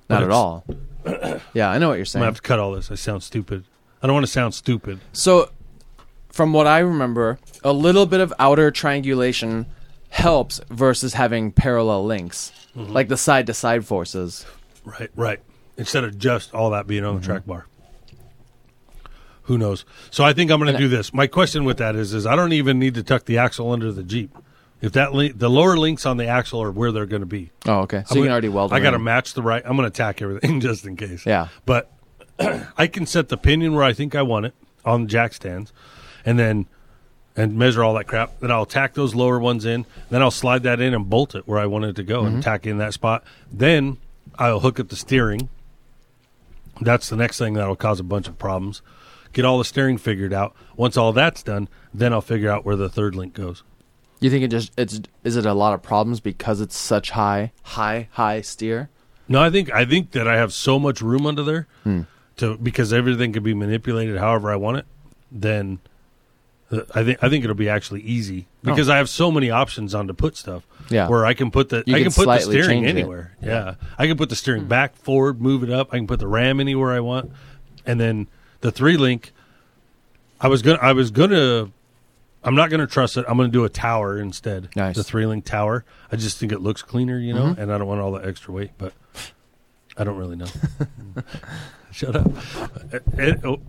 [SPEAKER 1] But
[SPEAKER 2] not at
[SPEAKER 1] it's-
[SPEAKER 2] all.
[SPEAKER 1] (coughs)
[SPEAKER 2] yeah, I know what you're
[SPEAKER 1] I'm gonna
[SPEAKER 2] saying.
[SPEAKER 1] have to cut all this. I sound stupid. I don't want to sound stupid.
[SPEAKER 2] So, from what I remember, a little bit of outer triangulation helps versus having parallel links,
[SPEAKER 1] Mm-hmm.
[SPEAKER 2] like the side to side forces.
[SPEAKER 1] Right, right. Instead of just all that being on the track bar. Who knows? So I think I'm going to
[SPEAKER 2] And-
[SPEAKER 1] do this. My question with that is, is I don't even need to tuck the axle under the Jeep. If that link, the lower links on the axle are where they're going to be.
[SPEAKER 2] Oh, okay. So
[SPEAKER 1] I'm
[SPEAKER 2] you can
[SPEAKER 1] gonna-
[SPEAKER 2] already weld.
[SPEAKER 1] I
[SPEAKER 2] them
[SPEAKER 1] got to
[SPEAKER 2] in.
[SPEAKER 1] match the right. I'm going to tack everything (laughs) just in case.
[SPEAKER 2] Yeah.
[SPEAKER 1] But (clears throat) I can set the pinion where I think I want it on the jack stands, and then and measure all that crap. Then I'll tack those lower ones in. Then I'll slide that in and bolt it where I want it to go
[SPEAKER 2] Mm-hmm.
[SPEAKER 1] and tack in that spot. Then I'll hook up the steering. That's the next thing that'll cause a bunch of problems. Get all the steering figured out. Once all that's done, then I'll figure out where the third link goes.
[SPEAKER 2] You think it just it's is it a lot of problems because it's such high high high steer?
[SPEAKER 1] No, I think I think that I have so much room under there
[SPEAKER 2] Hmm.
[SPEAKER 1] to because everything can be manipulated however I want it. Then uh, I think I think it'll be actually easy because I have so many options on to put stuff.
[SPEAKER 2] Oh. Yeah.
[SPEAKER 1] where I can put the
[SPEAKER 2] You
[SPEAKER 1] I can
[SPEAKER 2] can
[SPEAKER 1] put the
[SPEAKER 2] slightly
[SPEAKER 1] steering
[SPEAKER 2] change it.
[SPEAKER 1] anywhere. Yeah. I can put the steering back, forward, move it up. I can put the RAM anywhere I want, and then the three link. I was gonna I was gonna I'm not gonna trust it. I'm gonna do a tower instead.
[SPEAKER 2] Nice. Mm-hmm.
[SPEAKER 1] The three link tower. I just think it looks cleaner, you know, and I don't want all that extra weight, but I don't
[SPEAKER 2] (laughs)
[SPEAKER 1] really know. Shut up. And, oh,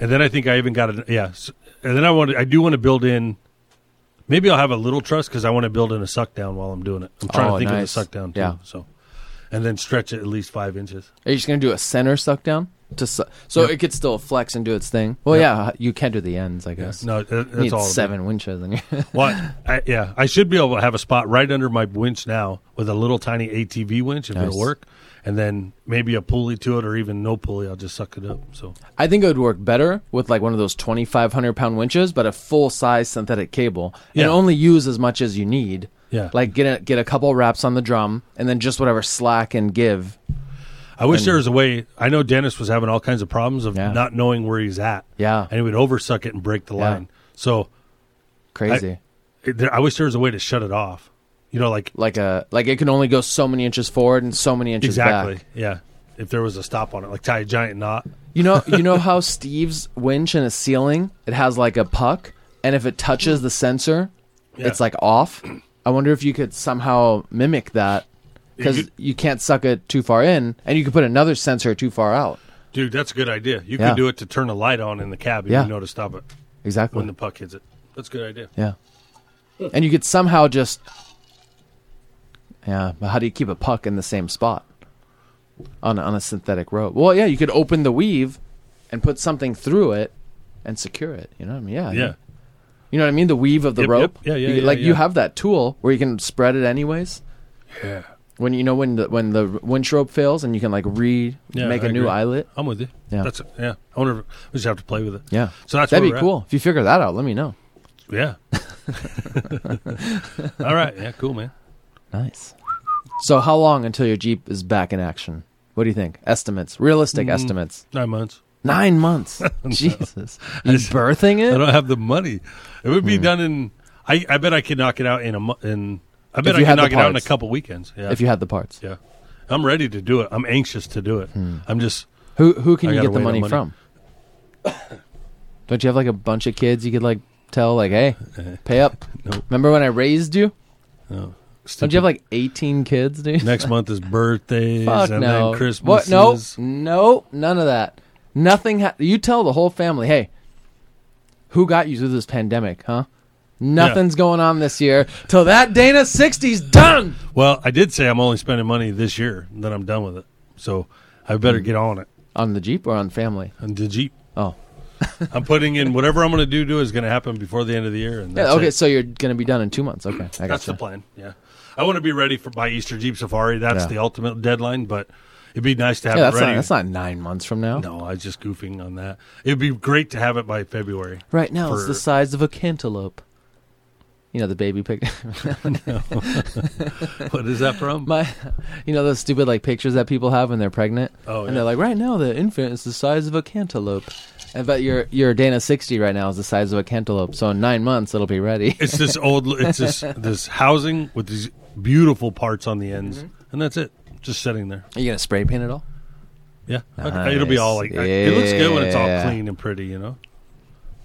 [SPEAKER 1] and then I think I even got it. Yeah. s- And then I want. I do want to build in. Maybe I'll have a little truss because I want to build in a suck down while I'm doing it. I'm trying
[SPEAKER 2] Oh,
[SPEAKER 1] to think of a
[SPEAKER 2] nice.
[SPEAKER 1] suck down too.
[SPEAKER 2] Yeah.
[SPEAKER 1] So, and then stretch it at least five inches.
[SPEAKER 2] Are you just gonna do a center suck down to su- so it could still flex and do its thing? Well, yeah, you can do the ends, I guess.
[SPEAKER 1] No, that,
[SPEAKER 2] you
[SPEAKER 1] that's
[SPEAKER 2] need
[SPEAKER 1] all.
[SPEAKER 2] seven winches. And you-
[SPEAKER 1] Well, I, yeah, I should be able to have a spot right under my winch now with a little tiny ATV winch if
[SPEAKER 2] Nice.
[SPEAKER 1] it'll work, and then maybe a pulley to it or even no pulley. I'll just suck it up. So
[SPEAKER 2] I think it would work better with like one of those twenty five hundred pound winches, but a full size synthetic cable,
[SPEAKER 1] Yeah.
[SPEAKER 2] and only use as much as you need.
[SPEAKER 1] Yeah.
[SPEAKER 2] like get a, get a couple wraps on the drum, and then just whatever slack and give.
[SPEAKER 1] I wish there was a way. I know Dennis was having all kinds of problems of
[SPEAKER 2] Yeah.
[SPEAKER 1] not knowing where he's at.
[SPEAKER 2] Yeah.
[SPEAKER 1] and he would oversuck it and break the
[SPEAKER 2] Yeah.
[SPEAKER 1] line. So
[SPEAKER 2] Crazy.
[SPEAKER 1] it, there, I wish there was a way to shut it off. You know, like
[SPEAKER 2] like a like it can only go so many inches forward and so many inches
[SPEAKER 1] exactly,
[SPEAKER 2] back.
[SPEAKER 1] yeah. If there was a stop on it, like tie a giant knot.
[SPEAKER 2] You know, you know how Steve's winch in a ceiling, it has like a puck, and if it touches the sensor,
[SPEAKER 1] Yeah.
[SPEAKER 2] it's like off. I wonder if you could somehow mimic that because
[SPEAKER 1] You
[SPEAKER 2] you, can't suck it too far in, and you could put another sensor too far out.
[SPEAKER 1] Dude, that's a good idea. You
[SPEAKER 2] Yeah.
[SPEAKER 1] could do it to turn a light on in the cab if
[SPEAKER 2] Yeah.
[SPEAKER 1] you know to stop it
[SPEAKER 2] Exactly.
[SPEAKER 1] when the puck hits it. Hmm. That's a good idea.
[SPEAKER 2] yeah. And you could somehow just. Yeah, but how do you keep a puck in the same spot on on a synthetic rope? Well, yeah, you could open the weave and put something through it and secure it. You know what I mean? Yeah.
[SPEAKER 1] Yeah.
[SPEAKER 2] You know what I mean? The weave of the
[SPEAKER 1] Yep,
[SPEAKER 2] rope.
[SPEAKER 1] yep. Yeah, yeah,
[SPEAKER 2] You-
[SPEAKER 1] yeah,
[SPEAKER 2] Like you
[SPEAKER 1] yeah.
[SPEAKER 2] have that tool where you can spread it anyways.
[SPEAKER 1] Yeah.
[SPEAKER 2] When you know when the when the winch rope fails and you can like re
[SPEAKER 1] Yeah,
[SPEAKER 2] make a
[SPEAKER 1] I
[SPEAKER 2] new
[SPEAKER 1] agree.
[SPEAKER 2] eyelet.
[SPEAKER 1] I'm with you.
[SPEAKER 2] Yeah.
[SPEAKER 1] That's yeah. I wonder. If, we just have to play with it.
[SPEAKER 2] Yeah.
[SPEAKER 1] So that's where
[SPEAKER 2] That'd be
[SPEAKER 1] we're at.
[SPEAKER 2] cool. If you figure that out, let me know.
[SPEAKER 1] Yeah.
[SPEAKER 2] (laughs)
[SPEAKER 1] All right. Yeah. Cool, man.
[SPEAKER 2] Nice. So how long until your Jeep is back in action? What do you think? Estimates.
[SPEAKER 1] Mm.
[SPEAKER 2] Realistic estimates.
[SPEAKER 1] Nine months. (laughs)
[SPEAKER 2] Nine months. Jesus. You
[SPEAKER 1] just-
[SPEAKER 2] birthing
[SPEAKER 1] I
[SPEAKER 2] it?
[SPEAKER 1] don't have the money. It would be done in. I, I bet I could knock it out in a mo- in. I bet
[SPEAKER 2] If
[SPEAKER 1] I
[SPEAKER 2] you
[SPEAKER 1] could
[SPEAKER 2] had the
[SPEAKER 1] knock it out in a
[SPEAKER 2] parts.
[SPEAKER 1] couple weekends. Yeah.
[SPEAKER 2] If you had the parts.
[SPEAKER 1] yeah. I'm ready to do it. I'm anxious to do it.
[SPEAKER 2] Hmm.
[SPEAKER 1] I'm just.
[SPEAKER 2] Who who can
[SPEAKER 1] I
[SPEAKER 2] you
[SPEAKER 1] gotta
[SPEAKER 2] get the
[SPEAKER 1] wait on
[SPEAKER 2] money,
[SPEAKER 1] money.
[SPEAKER 2] from? Don't you have like a bunch of kids you could like tell like, hey, pay up.
[SPEAKER 1] Uh, (laughs) Nope.
[SPEAKER 2] Remember when I raised you? Don't
[SPEAKER 1] Stupid.
[SPEAKER 2] you have like 18 kids, dude?
[SPEAKER 1] (laughs) Next month is birthdays
[SPEAKER 2] (laughs) Fuck
[SPEAKER 1] and
[SPEAKER 2] no.
[SPEAKER 1] then Christmas.
[SPEAKER 2] What? No, no, none of that. Nothing. Ha- you tell the whole family, hey, who got you through this pandemic, huh? Nothing's going on this year till that Dana 60's done.
[SPEAKER 1] Well, I did say I'm only spending money this year. Then I'm done with it. So I
[SPEAKER 2] Hmm.
[SPEAKER 1] better get on it.
[SPEAKER 2] On the Jeep or on family?
[SPEAKER 1] On the Jeep.
[SPEAKER 2] Oh,
[SPEAKER 1] I'm putting in whatever I'm going to do. Do is going to happen before the end of the year. And that's
[SPEAKER 2] yeah. Okay,
[SPEAKER 1] it.
[SPEAKER 2] so you're gonna be done in two months. Okay, I
[SPEAKER 1] That's
[SPEAKER 2] got
[SPEAKER 1] the plan. Yeah, I want to be ready for by Easter Jeep Safari. That's
[SPEAKER 2] Yeah.
[SPEAKER 1] the ultimate deadline, but it'd be nice to have
[SPEAKER 2] Yeah,
[SPEAKER 1] it
[SPEAKER 2] that's
[SPEAKER 1] ready.
[SPEAKER 2] not, that's not nine months from now.
[SPEAKER 1] No, I was just goofing on that. It'd be great to have it by
[SPEAKER 2] (laughs)
[SPEAKER 1] February.
[SPEAKER 2] Right now, it's
[SPEAKER 1] For-
[SPEAKER 2] the size of a cantaloupe. You know the baby (laughs) picture.
[SPEAKER 1] What is that from?
[SPEAKER 2] My, (laughs) you know those stupid like pictures that people have when they're pregnant.
[SPEAKER 1] Oh,
[SPEAKER 2] and
[SPEAKER 1] yeah.
[SPEAKER 2] they're like, right now the infant is the size of a cantaloupe, But your your Dana sixty right now is the size of a cantaloupe, so in nine months it'll be ready.
[SPEAKER 1] It's this old. It's this this housing with these beautiful parts on the ends,
[SPEAKER 2] Mm-hmm.
[SPEAKER 1] and that's it. Just sitting there.
[SPEAKER 2] Are you gonna spray paint it all?
[SPEAKER 1] Yeah, I- it'll be all like
[SPEAKER 2] Nice.
[SPEAKER 1] it looks good when it's all
[SPEAKER 2] Yeah.
[SPEAKER 1] clean and pretty. You know,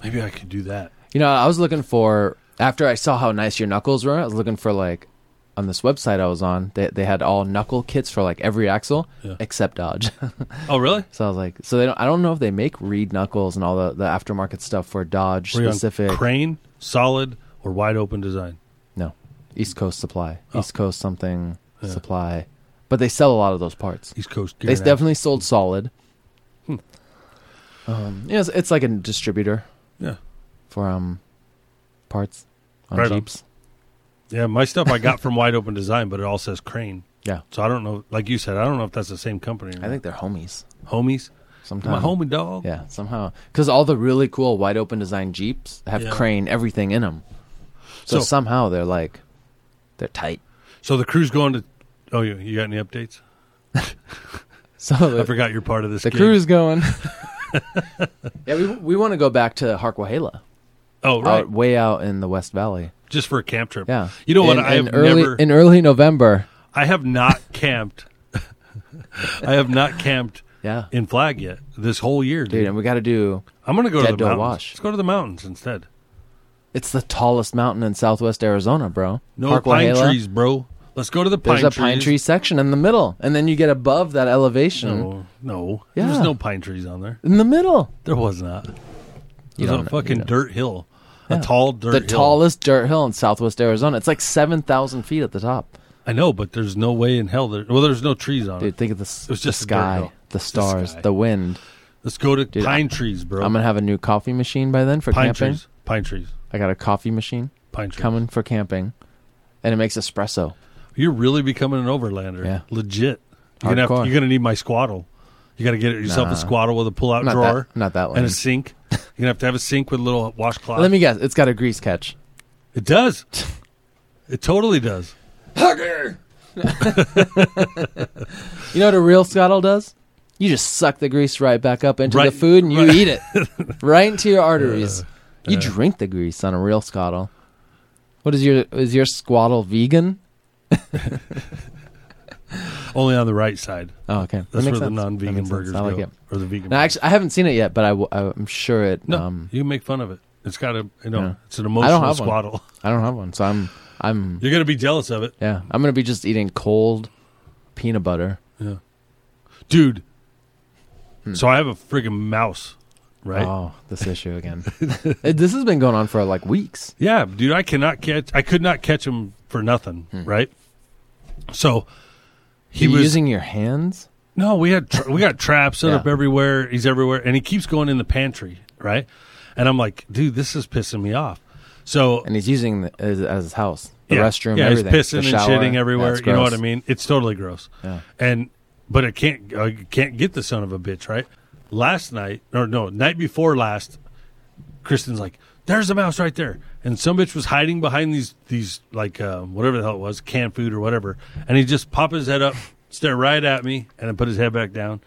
[SPEAKER 1] maybe I could do that.
[SPEAKER 2] You know, I was looking for after I saw how nice your knuckles were. I was looking for like on this website I was on. They they had all knuckle kits for like every axle
[SPEAKER 1] Yeah.
[SPEAKER 2] except Dodge. (laughs)
[SPEAKER 1] Oh, really?
[SPEAKER 2] so I was like, so they don't. I don't know if they make reed knuckles and all the, the aftermarket stuff for Dodge
[SPEAKER 1] Were you on
[SPEAKER 2] specific.
[SPEAKER 1] crane, solid, or wide open design?
[SPEAKER 2] no, East Coast Supply,
[SPEAKER 1] Oh.
[SPEAKER 2] East Coast something Supply, but they sell a lot of those parts.
[SPEAKER 1] East Coast gear.
[SPEAKER 2] They
[SPEAKER 1] now.
[SPEAKER 2] definitely sold solid.
[SPEAKER 1] Hmm.
[SPEAKER 2] Um, yeah, it's, it's like a distributor
[SPEAKER 1] Yeah,
[SPEAKER 2] for um parts on
[SPEAKER 1] Right on.
[SPEAKER 2] Jeeps.
[SPEAKER 1] yeah. My stuff I got from (laughs) Wide Open Design, but it all says Crane.
[SPEAKER 2] Yeah,
[SPEAKER 1] So I don't know. Like you said, I don't know if that's the same company. Or
[SPEAKER 2] I
[SPEAKER 1] not.
[SPEAKER 2] think they're homies.
[SPEAKER 1] homies.
[SPEAKER 2] Sometimes
[SPEAKER 1] My homie dog.
[SPEAKER 2] Yeah, somehow because all the really cool wide open design Jeeps have
[SPEAKER 1] Yeah.
[SPEAKER 2] crane everything in them, so,
[SPEAKER 1] So-
[SPEAKER 2] somehow they're like they're tight.
[SPEAKER 1] So the crew's going to. Oh, you, you got any updates? (laughs)
[SPEAKER 2] So
[SPEAKER 1] I
[SPEAKER 2] the,
[SPEAKER 1] forgot you're part of this.
[SPEAKER 2] the
[SPEAKER 1] gig.
[SPEAKER 2] crew's
[SPEAKER 1] (laughs)
[SPEAKER 2] going. (laughs) yeah, we we want to go back to Harquahala,
[SPEAKER 1] Oh, right.
[SPEAKER 2] out way out in the West Valley.
[SPEAKER 1] Just for a camp trip.
[SPEAKER 2] Yeah,
[SPEAKER 1] You know what?
[SPEAKER 2] In-
[SPEAKER 1] I have
[SPEAKER 2] in early
[SPEAKER 1] never.
[SPEAKER 2] in early November.
[SPEAKER 1] I have not (laughs) camped. I have not camped
[SPEAKER 2] Yeah,
[SPEAKER 1] in Flag yet this whole year, dude.
[SPEAKER 2] dude, and we got to do.
[SPEAKER 1] I'm gonna go to
[SPEAKER 2] Dead
[SPEAKER 1] the
[SPEAKER 2] Don't
[SPEAKER 1] mountains.
[SPEAKER 2] Wash.
[SPEAKER 1] Let's go to the mountains instead.
[SPEAKER 2] It's the tallest mountain in Southwest Arizona, bro.
[SPEAKER 1] No
[SPEAKER 2] Harquahala.
[SPEAKER 1] pine trees, bro. Let's go to the pine
[SPEAKER 2] There's a
[SPEAKER 1] trees.
[SPEAKER 2] pine tree section in the middle, and then you get above that elevation
[SPEAKER 1] No, no.
[SPEAKER 2] Yeah.
[SPEAKER 1] There's no pine trees on there.
[SPEAKER 2] in the middle.
[SPEAKER 1] There was not.
[SPEAKER 2] You
[SPEAKER 1] There's a
[SPEAKER 2] don't-
[SPEAKER 1] fucking
[SPEAKER 2] you don't-
[SPEAKER 1] dirt hill. A tall dirt
[SPEAKER 2] the
[SPEAKER 1] hill.
[SPEAKER 2] tallest dirt hill in southwest Arizona. It's like 7,000 feet at the top.
[SPEAKER 1] I know, but there's no way in hell there well there's no trees on
[SPEAKER 2] Dude,
[SPEAKER 1] it.
[SPEAKER 2] think of the, s-
[SPEAKER 1] was
[SPEAKER 2] the
[SPEAKER 1] just a dirt
[SPEAKER 2] sky,
[SPEAKER 1] hill.
[SPEAKER 2] the
[SPEAKER 1] the
[SPEAKER 2] stars,
[SPEAKER 1] sky.
[SPEAKER 2] the, wind.
[SPEAKER 1] Let's go to pine trees, bro.
[SPEAKER 2] I'm going to have a new coffee machine by then for
[SPEAKER 1] pine
[SPEAKER 2] camping.
[SPEAKER 1] trees. Pine trees.
[SPEAKER 2] I got a coffee machine
[SPEAKER 1] Pine trees.
[SPEAKER 2] coming for camping, and it makes espresso.
[SPEAKER 1] You're really becoming an overlander.
[SPEAKER 2] Yeah.
[SPEAKER 1] Legit. You're gonna, have
[SPEAKER 2] Hardcore.
[SPEAKER 1] you're gonna need my squaddle. You gotta get yourself
[SPEAKER 2] Nah.
[SPEAKER 1] a squaddle with a pull out
[SPEAKER 2] Not
[SPEAKER 1] drawer
[SPEAKER 2] that, not that
[SPEAKER 1] and
[SPEAKER 2] lame.
[SPEAKER 1] a
[SPEAKER 2] (laughs)
[SPEAKER 1] sink. You're gonna have to have a sink with a little washcloth.
[SPEAKER 2] Let me guess. It's got a grease catch.
[SPEAKER 1] It
[SPEAKER 2] (laughs)
[SPEAKER 1] does. It totally does.
[SPEAKER 2] You know what a real scuddle does? You just suck the grease right back up into
[SPEAKER 1] Right-
[SPEAKER 2] the food and you
[SPEAKER 1] right. (laughs)
[SPEAKER 2] eat it right into your arteries. you drink the grease on a real scuddle. What is your is your squaddle vegan?
[SPEAKER 1] Only on the right side.
[SPEAKER 2] Oh, okay. That
[SPEAKER 1] That's
[SPEAKER 2] makes
[SPEAKER 1] where the
[SPEAKER 2] sense. That
[SPEAKER 1] non-vegan
[SPEAKER 2] makes sense.
[SPEAKER 1] burgers
[SPEAKER 2] I like
[SPEAKER 1] go,
[SPEAKER 2] it.
[SPEAKER 1] or the vegan.
[SPEAKER 2] No, actually, I haven't seen it yet, but I w- I'm sure it.
[SPEAKER 1] no,
[SPEAKER 2] Um,
[SPEAKER 1] you can make fun of it. It's got a, you know,
[SPEAKER 2] Yeah.
[SPEAKER 1] it's an
[SPEAKER 2] I don't
[SPEAKER 1] emotional
[SPEAKER 2] have one.
[SPEAKER 1] squaddle. (laughs)
[SPEAKER 2] I don't have one, so I'm I'm
[SPEAKER 1] You're gonna be jealous of it,
[SPEAKER 2] yeah. I'm gonna be just eating cold peanut butter.
[SPEAKER 1] dude. So I have a friggin' mouse, right?
[SPEAKER 2] Hmm. Oh, this issue again. (laughs) It- this has been going on for like weeks.
[SPEAKER 1] Yeah, dude, I cannot catch. I could not catch him for nothing, right? So he
[SPEAKER 2] He
[SPEAKER 1] was
[SPEAKER 2] Hmm. using your hands.
[SPEAKER 1] No, we had tra- we got traps set
[SPEAKER 2] Yeah.
[SPEAKER 1] up everywhere. He's everywhere, and he keeps going in the pantry, right? And I'm like, dude, this is pissing me off. So
[SPEAKER 2] and he's using the, as, as his house, the
[SPEAKER 1] yeah,
[SPEAKER 2] restroom,
[SPEAKER 1] yeah,
[SPEAKER 2] everything,
[SPEAKER 1] he's pissing
[SPEAKER 2] the shower.
[SPEAKER 1] and shitting everywhere.
[SPEAKER 2] Yeah, it's
[SPEAKER 1] you know what I
[SPEAKER 2] gross.
[SPEAKER 1] mean? It's totally gross.
[SPEAKER 2] Yeah.
[SPEAKER 1] And but I can't I can't get the son of a bitch right. Last night or no night before last, Kristen's like, "There's a mouse right there," and some bitch was hiding behind these these like uh, whatever the hell it was, canned food or whatever, and he just pop his head up, (laughs) stare right at me, and then put his head back down,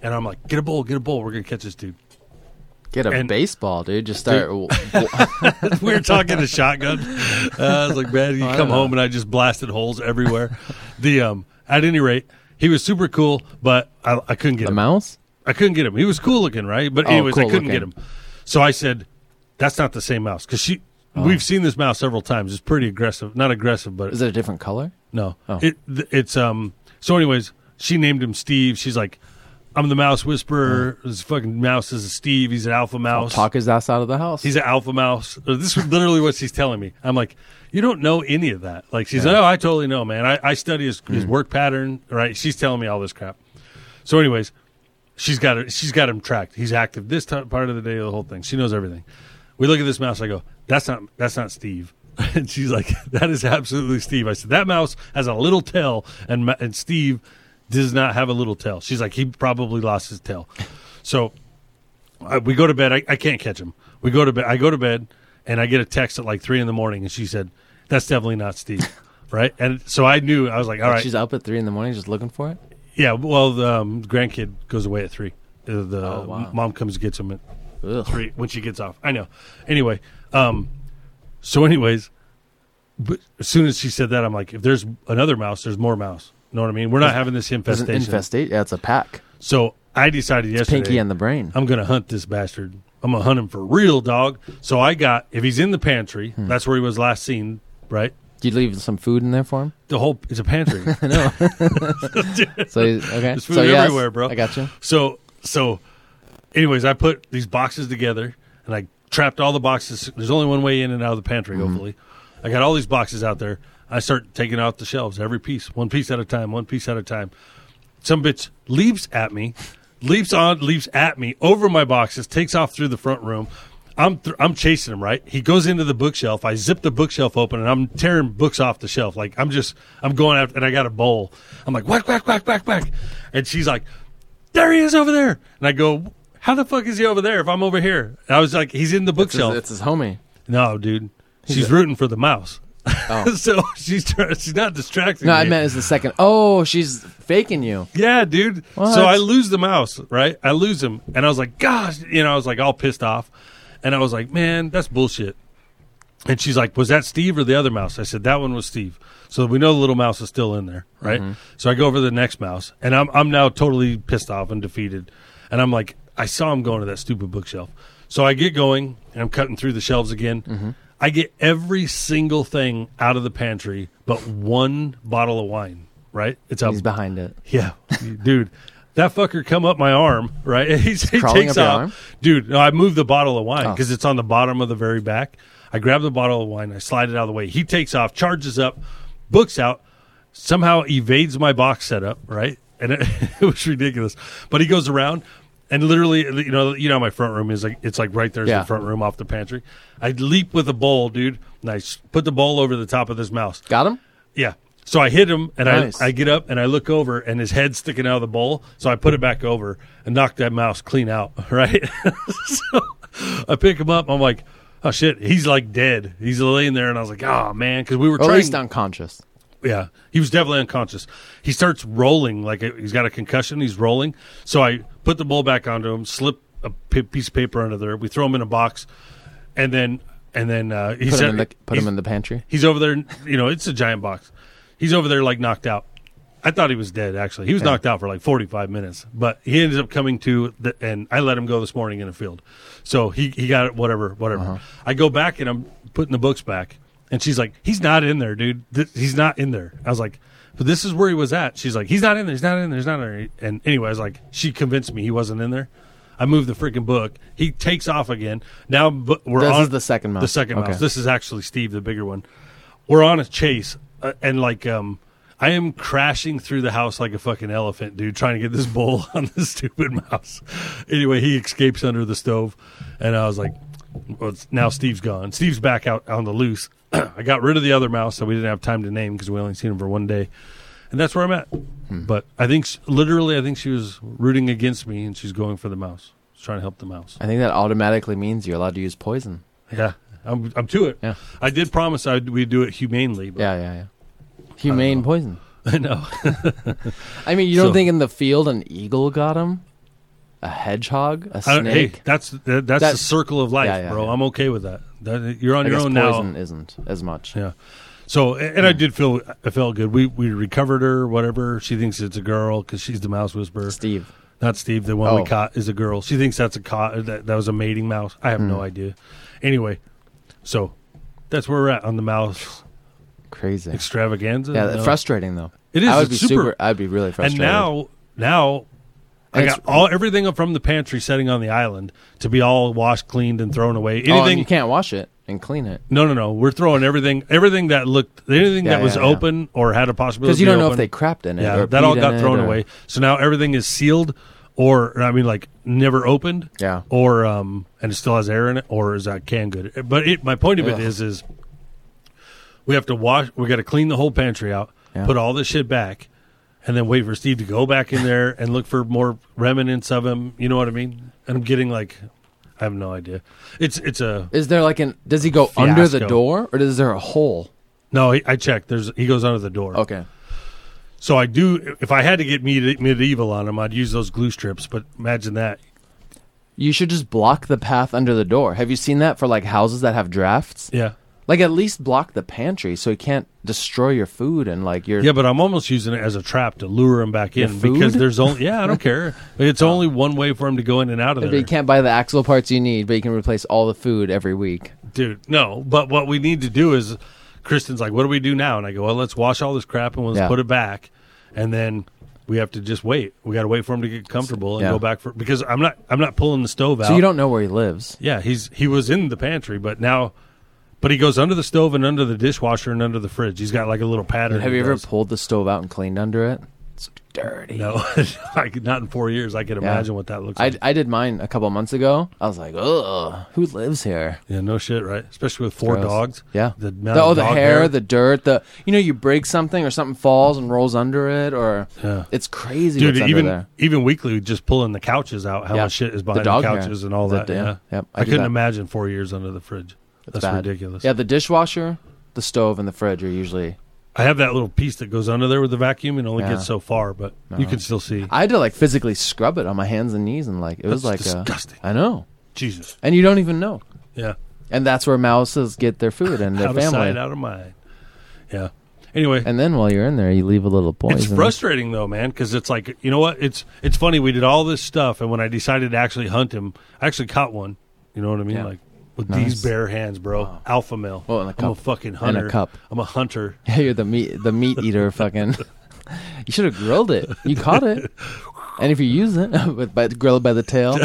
[SPEAKER 1] and I'm like, "Get a bowl, get a bowl, we're gonna catch this dude."
[SPEAKER 2] Get a
[SPEAKER 1] And-
[SPEAKER 2] baseball, dude. Just start. (laughs) w-
[SPEAKER 1] we were talking to shotgun. Uh, (laughs) I was like, man, you
[SPEAKER 2] I
[SPEAKER 1] come
[SPEAKER 2] know.
[SPEAKER 1] home and I just blasted holes everywhere. the um, at any rate, he was super cool, but I, I couldn't get
[SPEAKER 2] the
[SPEAKER 1] him.
[SPEAKER 2] mouse.
[SPEAKER 1] I couldn't get him. He was cool looking, right? But
[SPEAKER 2] Oh,
[SPEAKER 1] anyways, I
[SPEAKER 2] cool
[SPEAKER 1] couldn't get
[SPEAKER 2] looking.
[SPEAKER 1] him. So I said, that's not the same mouse because she. We've seen this mouse several times. It's pretty aggressive. Not aggressive, but
[SPEAKER 2] Oh. Is it a different color?
[SPEAKER 1] no.
[SPEAKER 2] Oh.
[SPEAKER 1] It th- it's um so anyways, she named him Steve. She's like, I'm the mouse whisperer. This fucking mouse is Steve. He's an alpha mouse.
[SPEAKER 2] Talk his ass out of the house.
[SPEAKER 1] He's an alpha mouse. Uh, This is literally what she's telling me. I'm like, you don't know any of that. Like she's, oh, I totally know, man. I, I study his, his work pattern. Right? She's telling me all this crap. So, anyways, she's got it. She's got him tracked. He's active this time, part of the day, the whole thing. She knows everything. We look at this mouse. I go, that's not that's not Steve. (laughs) And she's like, that is absolutely Steve. I said, that mouse has a little tail, and ma- and Steve does not have a little tail. She's like, he probably lost his tail. So I, we go to bed. I, I can't catch him. We go to bed. I go to bed, and I get a text at like three in the morning, and she said, "That's definitely not Steve." (laughs) right? And so I knew. I was like, "All right,
[SPEAKER 2] She's up at three in the morning, just looking for it.
[SPEAKER 1] yeah." Well, the um, grandkid goes away at three. Uh, The
[SPEAKER 2] Oh, wow.
[SPEAKER 1] mom comes and gets him at
[SPEAKER 2] Ugh.
[SPEAKER 1] three when she gets off. I know. Anyway, um, so anyways, but as soon as she said that, I'm like, if there's another mouse, there's more mouse. Know what I mean? We're not having this
[SPEAKER 2] There's an
[SPEAKER 1] infestation.
[SPEAKER 2] infestation. Yeah, it's a pack.
[SPEAKER 1] so I decided yesterday,
[SPEAKER 2] Pinky and the brain.
[SPEAKER 1] I'm gonna hunt this bastard. I'm gonna hunt him for real, dog. So I got if he's in the pantry,
[SPEAKER 2] Hmm.
[SPEAKER 1] that's where he was last seen, right?
[SPEAKER 2] Did you leave some food in there for him?
[SPEAKER 1] The whole it's a pantry.
[SPEAKER 2] (laughs)
[SPEAKER 1] (laughs)
[SPEAKER 2] So he's- okay.
[SPEAKER 1] There's food
[SPEAKER 2] so yes,
[SPEAKER 1] everywhere, bro.
[SPEAKER 2] I got you.
[SPEAKER 1] So so, anyways, I put these boxes together and I trapped all the boxes. There's only one way in and out of the pantry. Hopefully, I got all these boxes out there. I start taking out the shelves, every piece, one piece at a time, one piece at a time. Some bitch leaps at me, leaps on, leaps at me over my boxes, takes off through the front room. I'm th- I'm chasing him. Right, he goes into the bookshelf. I zip the bookshelf open, and I'm tearing books off the shelf. Like I'm just I'm going after, and I got a bowl. I'm like whack whack whack whack whack, and she's like, there he is over there. And I go, how the fuck is he over there if I'm over here? And I was like, he's in the
[SPEAKER 2] It's his,
[SPEAKER 1] bookshelf.
[SPEAKER 2] it's his homie.
[SPEAKER 1] no, dude. She's rooting for the mouse. (laughs) so she's try- she's not distracting
[SPEAKER 2] Oh. No,
[SPEAKER 1] me.
[SPEAKER 2] I meant as the second. Oh, she's faking you.
[SPEAKER 1] Yeah, dude.
[SPEAKER 2] What?
[SPEAKER 1] So I lose the mouse, right? I lose him. And I was like, gosh, you know, I was like all pissed off. And I was like, man, that's bullshit. And she's like, was that Steve or the other mouse? I said, that one was Steve. So we know the little mouse is still in there, right?
[SPEAKER 2] Mm-hmm.
[SPEAKER 1] So I go over to the next mouse and I'm, I'm now totally pissed off and defeated. And I'm like, I saw him going to that stupid bookshelf. So I get going and I'm cutting through the shelves again.
[SPEAKER 2] Mm-hmm.
[SPEAKER 1] I get every single thing out of the pantry but one bottle of wine, right? It's a
[SPEAKER 2] He's behind it.
[SPEAKER 1] yeah, (laughs) dude, that fucker come up my arm, right? (laughs) He's, he
[SPEAKER 2] Crawling
[SPEAKER 1] takes
[SPEAKER 2] up your
[SPEAKER 1] off,
[SPEAKER 2] arm?
[SPEAKER 1] dude. No, I move the bottle of wine
[SPEAKER 2] Oh.
[SPEAKER 1] because it's on the bottom of the very back. I grab the bottle of wine, I slide it out of the way. He takes off, charges up, books out, somehow evades my box setup, right? And (laughs) it, it was ridiculous. But he goes around and literally, you know, you know, how my front room is like it's like right there is
[SPEAKER 2] Yeah.
[SPEAKER 1] the front room off the pantry. I leap with a bowl, dude. And I s- put the bowl over the top of this mouse.
[SPEAKER 2] Got him.
[SPEAKER 1] Yeah. So I hit him and
[SPEAKER 2] Nice.
[SPEAKER 1] I, I get up and I look over and his head's sticking out of the bowl. So I put it back over and knock that mouse clean out. (laughs) Right. so I pick him up. I'm like, oh shit. He's like dead. He's laying there. And I was like, oh man. Cause we were
[SPEAKER 2] Or at
[SPEAKER 1] trying.
[SPEAKER 2] least unconscious.
[SPEAKER 1] Yeah, he was definitely unconscious. He starts rolling like a, he's got a concussion. He's rolling. So I put the bowl back onto him, slip a p- piece of paper under there. We throw him in a box, and then and then uh, he
[SPEAKER 2] Put
[SPEAKER 1] said,
[SPEAKER 2] him in the put
[SPEAKER 1] he's-
[SPEAKER 2] him in the pantry.
[SPEAKER 1] He's over there. You know, it's a giant box. He's over there like knocked out. I thought he was dead. Actually, he was knocked out for like forty-five minutes, but he ended up coming to, the, and I let him go this morning in the field. So he he got it. Whatever, whatever. I go back and I'm putting the books back, and she's like, "He's not in there, dude. Th- he's not in there." I was like, "But this is where he was at." She's like, "He's not in there. He's not in there. He's not in there." And anyway, I was like, she convinced me he wasn't in there. I moved the freaking book. He takes off again. Now bu- we're
[SPEAKER 2] This
[SPEAKER 1] on
[SPEAKER 2] is the second mouse.
[SPEAKER 1] The second
[SPEAKER 2] Okay.
[SPEAKER 1] mouse. This is actually Steve, the bigger one. We're on a chase, uh, and like, um, I am crashing through the house like a fucking elephant, dude, trying to get this bowl (laughs) on this stupid mouse. Anyway, he escapes under the stove, and I was like, well, it's- now Steve's gone. Steve's back out on the loose. (clears throat) I got rid of the other mouse that we didn't have time to name because we only seen him for one day, and that's where I'm at.
[SPEAKER 2] Hmm.
[SPEAKER 1] But I think, s literally, I think she was rooting against me, and she's going for the mouse. She's trying to help the mouse.
[SPEAKER 2] I think that automatically means you're allowed to use poison.
[SPEAKER 1] Yeah, I'm, I'm to it.
[SPEAKER 2] Yeah.
[SPEAKER 1] I did promise I'd we'd do it humanely. But
[SPEAKER 2] Yeah, yeah, yeah. Humane poison.
[SPEAKER 1] (laughs) I
[SPEAKER 2] (laughs)
[SPEAKER 1] know.
[SPEAKER 2] I mean, you don't
[SPEAKER 1] So-
[SPEAKER 2] think in the field an eagle got him? A hedgehog? A
[SPEAKER 1] I don't- hey,
[SPEAKER 2] snake?
[SPEAKER 1] that's that, that's the
[SPEAKER 2] That's-
[SPEAKER 1] circle of life,
[SPEAKER 2] Yeah, yeah,
[SPEAKER 1] bro.
[SPEAKER 2] yeah.
[SPEAKER 1] I'm okay with that. That- you're on
[SPEAKER 2] I
[SPEAKER 1] your
[SPEAKER 2] guess
[SPEAKER 1] own
[SPEAKER 2] poison
[SPEAKER 1] now.
[SPEAKER 2] isn't as much.
[SPEAKER 1] Yeah. So and and I did feel I felt good. We we recovered her. Whatever she thinks it's a girl because she's the mouse whisperer.
[SPEAKER 2] Steve.
[SPEAKER 1] Not Steve. The one
[SPEAKER 2] Oh.
[SPEAKER 1] we caught is a girl. She thinks that's a caught that, that was a mating mouse. I have
[SPEAKER 2] Hmm.
[SPEAKER 1] no idea. Anyway, so that's where we're at on the mouse
[SPEAKER 2] Crazy.
[SPEAKER 1] extravaganza.
[SPEAKER 2] Yeah,
[SPEAKER 1] No.
[SPEAKER 2] frustrating though.
[SPEAKER 1] It is,
[SPEAKER 2] I would
[SPEAKER 1] it's
[SPEAKER 2] be super,
[SPEAKER 1] super-
[SPEAKER 2] I'd be really
[SPEAKER 1] and
[SPEAKER 2] frustrated.
[SPEAKER 1] now
[SPEAKER 2] Oh,
[SPEAKER 1] now I
[SPEAKER 2] And
[SPEAKER 1] got
[SPEAKER 2] it's-
[SPEAKER 1] all everything from the pantry setting on the island to be all washed, cleaned, and thrown away.
[SPEAKER 2] oh, and
[SPEAKER 1] Anything?
[SPEAKER 2] you can't wash it and clean it
[SPEAKER 1] no, no, no. We're throwing everything. Everything that looked, anything
[SPEAKER 2] Yeah,
[SPEAKER 1] that was
[SPEAKER 2] yeah, yeah.
[SPEAKER 1] open or had a possibility.
[SPEAKER 2] because you
[SPEAKER 1] to
[SPEAKER 2] don't
[SPEAKER 1] be
[SPEAKER 2] know if
[SPEAKER 1] open,
[SPEAKER 2] they crapped in it.
[SPEAKER 1] Yeah,
[SPEAKER 2] or
[SPEAKER 1] that all
[SPEAKER 2] peed in
[SPEAKER 1] got
[SPEAKER 2] it
[SPEAKER 1] thrown
[SPEAKER 2] or-
[SPEAKER 1] away. So now everything is sealed, or I mean, like never opened.
[SPEAKER 2] Yeah.
[SPEAKER 1] Or um, and it still has air in it, or is that can good? Eh, But it, my point of
[SPEAKER 2] Ugh.
[SPEAKER 1] it is, is we have to wash. We got to clean the whole pantry out,
[SPEAKER 2] Yeah.
[SPEAKER 1] put all this shit back. And then wait for Steve to go back in there and look for more remnants of him. You know what I mean? And I'm getting like, I have no idea. It's it's a
[SPEAKER 2] Is there like an? Does he go under the
[SPEAKER 1] Fiasco.
[SPEAKER 2] door or is there a hole?
[SPEAKER 1] no. I I checked. There's he goes under the door.
[SPEAKER 2] Okay,
[SPEAKER 1] So I do. If I had to get medi- medieval on him, I'd use those glue strips. But imagine that
[SPEAKER 2] You should just block the path under the door. Have you seen that for like houses that have drafts?
[SPEAKER 1] Yeah.
[SPEAKER 2] Like at least block the pantry so he can't destroy your food and like your
[SPEAKER 1] Yeah, but I'm almost using it as a trap to lure him back in
[SPEAKER 2] food?
[SPEAKER 1] because there's only yeah, I
[SPEAKER 2] (laughs)
[SPEAKER 1] don't care. It's only one way for him to go in and out of
[SPEAKER 2] But you
[SPEAKER 1] there,
[SPEAKER 2] can't buy the axle parts you need, but you can replace all the food every week.
[SPEAKER 1] dude. No, but what we need to do is, Kristen's like, "What do we do now?" And I go, "Well, let's wash all this crap and let's
[SPEAKER 2] Yeah.
[SPEAKER 1] put it back, and then we have to just wait. We got to wait for him to get comfortable and
[SPEAKER 2] Yeah.
[SPEAKER 1] go back for because I'm not I'm not pulling the stove out.
[SPEAKER 2] So you don't know where he lives.
[SPEAKER 1] Yeah, he's he was in the pantry, but now, but he goes under the stove and under the dishwasher and under the fridge. He's got like a little pattern.
[SPEAKER 2] Have
[SPEAKER 1] he
[SPEAKER 2] you ever
[SPEAKER 1] does.
[SPEAKER 2] pulled the stove out and cleaned under it? It's
[SPEAKER 1] (laughs)
[SPEAKER 2] dirty.
[SPEAKER 1] No, (laughs) I could- not in four years. I could
[SPEAKER 2] Yeah.
[SPEAKER 1] imagine what that looks
[SPEAKER 2] I,
[SPEAKER 1] like.
[SPEAKER 2] I did mine a couple months ago. I was like, ugh, who lives here?
[SPEAKER 1] Yeah, no shit, right? Especially with four
[SPEAKER 2] Gross.
[SPEAKER 1] dogs.
[SPEAKER 2] Yeah.
[SPEAKER 1] The,
[SPEAKER 2] The-
[SPEAKER 1] amount
[SPEAKER 2] oh,
[SPEAKER 1] of
[SPEAKER 2] the
[SPEAKER 1] dog
[SPEAKER 2] hair, the dirt, the you know, you break something or something falls and rolls under it, or
[SPEAKER 1] Yeah.
[SPEAKER 2] it's crazy
[SPEAKER 1] dude.
[SPEAKER 2] what's
[SPEAKER 1] Even
[SPEAKER 2] under there.
[SPEAKER 1] even weekly, just pulling the couches out. How
[SPEAKER 2] Yeah.
[SPEAKER 1] much shit is
[SPEAKER 2] The
[SPEAKER 1] behind the,
[SPEAKER 2] dog hair.
[SPEAKER 1] couches and all
[SPEAKER 2] The-
[SPEAKER 1] that?
[SPEAKER 2] yeah.
[SPEAKER 1] yeah.
[SPEAKER 2] Yep, I
[SPEAKER 1] I,
[SPEAKER 2] do
[SPEAKER 1] couldn't
[SPEAKER 2] that.
[SPEAKER 1] imagine four years under the fridge. That's
[SPEAKER 2] Bad.
[SPEAKER 1] ridiculous.
[SPEAKER 2] Yeah, the dishwasher, the stove, and the fridge are usually.
[SPEAKER 1] I have that little piece that goes under there with the vacuum and only
[SPEAKER 2] Yeah. Uh-huh.
[SPEAKER 1] gets so far, but you can still see.
[SPEAKER 2] I had to like physically scrub it on my hands and knees, and like it was
[SPEAKER 1] That's
[SPEAKER 2] like uh,
[SPEAKER 1] disgusting.
[SPEAKER 2] I know,
[SPEAKER 1] Jesus.
[SPEAKER 2] and you don't even know.
[SPEAKER 1] Yeah.
[SPEAKER 2] And that's where mouses get their food and their
[SPEAKER 1] out of sight,
[SPEAKER 2] family.
[SPEAKER 1] out of mind. Yeah. Anyway,
[SPEAKER 2] And then while you're in there, you leave a little poison.
[SPEAKER 1] It's frustrating though, man, because it's like you know what? It's it's funny. We did all this stuff, and when I decided to actually hunt him, I actually caught one. You know what I mean?
[SPEAKER 2] Yeah.
[SPEAKER 1] Like with
[SPEAKER 2] Nice.
[SPEAKER 1] these bare hands, bro. Alpha male.
[SPEAKER 2] Well, in a
[SPEAKER 1] I'm a
[SPEAKER 2] cup.
[SPEAKER 1] fucking
[SPEAKER 2] a
[SPEAKER 1] hunter.
[SPEAKER 2] cup.
[SPEAKER 1] I'm a hunter.
[SPEAKER 2] Yeah, (laughs) you're the meat the meat eater fucking (laughs) You should have grilled it. You caught it. And if you use it (laughs) but by grill it by
[SPEAKER 1] (laughs)
[SPEAKER 2] the tail.